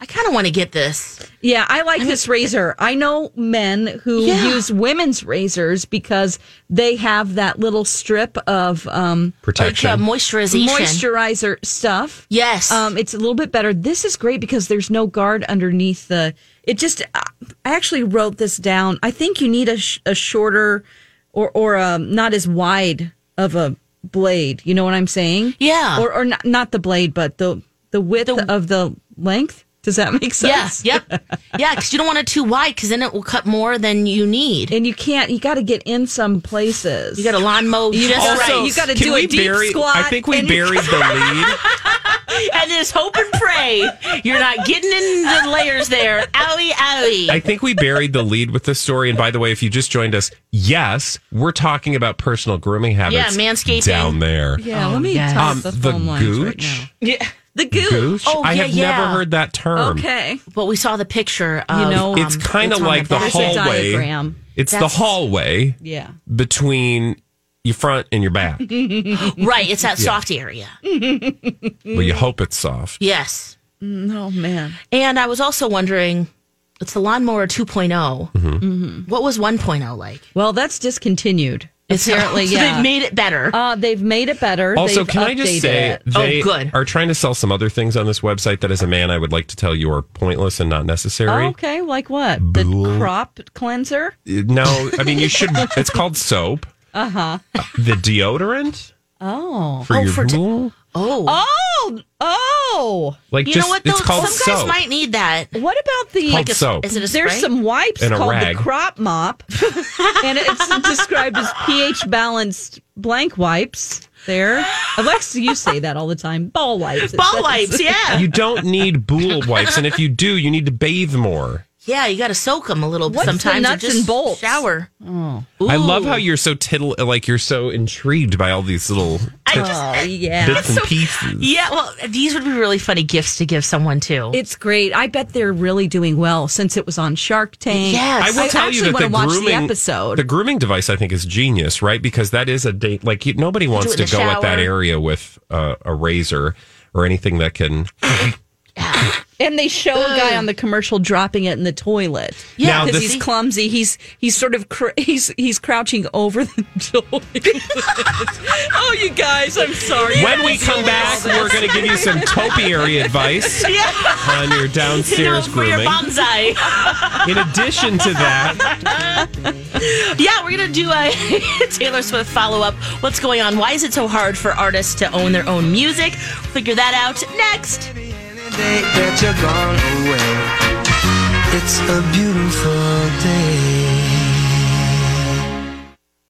Speaker 4: I kind of want to get this.
Speaker 3: Yeah, I like this razor. I know men who
Speaker 4: Yeah.
Speaker 3: use women's razors because they have that little strip of um,
Speaker 4: Like
Speaker 5: protection.
Speaker 4: uh, moisturization.
Speaker 3: moisturizer stuff.
Speaker 4: Yes.
Speaker 3: Um, it's a little bit better. This is great because there's no guard underneath the. It just. uh, I actually wrote this down. I think you need a, sh- a shorter or or um not as wide of a blade. You know what I'm saying?
Speaker 4: Yeah.
Speaker 3: Or or not, not the blade, but the the width of the length. Does that make
Speaker 4: yeah.
Speaker 3: sense?
Speaker 4: Yep. yeah, because you don't want it too wide, because then it will cut more than you need.
Speaker 3: and you can't. You got to get in some places.
Speaker 4: You got a lawn mow. You just
Speaker 3: Also- right. You gotta
Speaker 5: can
Speaker 3: do a
Speaker 5: we
Speaker 3: deep
Speaker 5: bury-
Speaker 3: squat
Speaker 5: I think we
Speaker 3: and-
Speaker 5: buried the lead.
Speaker 4: and just hope and pray you're not getting in the layers there. Owie, owie.
Speaker 5: I think we buried the lead with this story. And by the way, if you just joined us, yes, we're talking about personal grooming habits.
Speaker 4: Yeah, manscaping.
Speaker 5: down there.
Speaker 3: yeah. let me
Speaker 4: yes.
Speaker 3: toss
Speaker 5: Um,
Speaker 3: the,
Speaker 5: the
Speaker 3: phone lines right
Speaker 5: gooch?
Speaker 3: now. Yeah, the gooch.
Speaker 5: Gooch.
Speaker 4: Oh,
Speaker 5: I
Speaker 4: yeah,
Speaker 5: have never
Speaker 4: yeah.
Speaker 5: heard that term.
Speaker 3: Okay.
Speaker 4: but we saw the picture. Of,
Speaker 3: know,
Speaker 5: It's
Speaker 4: um,
Speaker 5: kind of
Speaker 4: on
Speaker 5: like the,
Speaker 4: back.
Speaker 3: There's a
Speaker 5: hallway.
Speaker 3: diagram.
Speaker 5: It's the
Speaker 4: That's-
Speaker 5: hallway
Speaker 3: Yeah.
Speaker 5: between your front and your back. well,
Speaker 4: Right, it's that soft area.
Speaker 5: you hope it's soft.
Speaker 4: Yes.
Speaker 3: Oh man.
Speaker 4: And I was also wondering, it's the lawnmower 2.0.
Speaker 5: Mm-hmm.
Speaker 4: Mm-hmm. What was 1.0 like?
Speaker 3: Well, that's discontinued.
Speaker 4: It's
Speaker 3: apparently, yeah.
Speaker 4: They made it better.
Speaker 3: uh, they've made it better.
Speaker 5: Also,
Speaker 3: They've
Speaker 5: can I
Speaker 3: updated
Speaker 5: just say
Speaker 3: it.
Speaker 5: they
Speaker 4: Oh, good.
Speaker 5: are trying to sell some other things on this website that, as a man, I would like to tell you are pointless and not necessary.
Speaker 3: okay, like what? The crop cleanser.
Speaker 5: No, I mean you should. It's called soap. Uh huh. The deodorant.
Speaker 3: Oh.
Speaker 5: for
Speaker 4: Uh-huh. Oh,
Speaker 5: your
Speaker 4: for t-
Speaker 5: drool.
Speaker 4: Oh,
Speaker 3: Oh. Oh.
Speaker 5: like
Speaker 4: you
Speaker 5: just
Speaker 4: know what?
Speaker 5: it's
Speaker 4: though?
Speaker 5: called
Speaker 4: Some guys
Speaker 5: soap.
Speaker 4: might need that.
Speaker 3: What about the
Speaker 5: Called soap.
Speaker 4: Is it a spray?
Speaker 3: There's some wipes
Speaker 5: And a
Speaker 3: called
Speaker 5: rag.
Speaker 3: the crop mop, and it's described as pH balanced blank wipes. There, Alexa, you say that all the time. Ball wipes.
Speaker 4: ball wipes. Yeah,
Speaker 5: you don't need bool wipes, and if you do, you need to bathe more.
Speaker 4: yeah. You got to soak them a little.
Speaker 3: What's the
Speaker 4: sometimes or
Speaker 3: nuts
Speaker 4: just
Speaker 3: and bolts?
Speaker 4: Shower.
Speaker 5: I love
Speaker 4: Ooh.
Speaker 5: how you're so tittle, like you're so intrigued by all these little
Speaker 4: I
Speaker 5: bits
Speaker 4: just.
Speaker 3: Oh yeah.
Speaker 5: and pieces.
Speaker 4: Yeah, well, these would be really funny gifts to give someone too.
Speaker 3: It's great. I bet they're really doing well since it was on Shark Tank.
Speaker 4: Yes.
Speaker 5: I will
Speaker 3: I
Speaker 5: tell
Speaker 3: actually
Speaker 5: you that
Speaker 3: wanna
Speaker 5: the
Speaker 3: watch the
Speaker 5: grooming
Speaker 3: episode.
Speaker 5: the grooming device, I think, is genius, right? Because that is a date. Like you, nobody wants
Speaker 4: in
Speaker 5: to
Speaker 4: the
Speaker 5: go at that
Speaker 4: shower.
Speaker 5: area with uh, a razor or anything that can.
Speaker 3: And they show a guy on the commercial dropping it in the toilet.
Speaker 5: Now,
Speaker 4: yeah,
Speaker 5: this-
Speaker 3: because he's clumsy. He's he's sort of cr- he's he's crouching over the toilet. oh, you guys, I'm sorry.
Speaker 5: When we come back, we're going to give you some topiary advice on your downstairs
Speaker 4: for your
Speaker 5: grooming.
Speaker 4: bonsai.
Speaker 5: In addition to that,
Speaker 4: Yeah, we're gonna do a Taylor Swift follow up. What's going on? Why is it so hard for artists to own their own music? Figure that out next.
Speaker 9: That you're gone away. It's a beautiful day.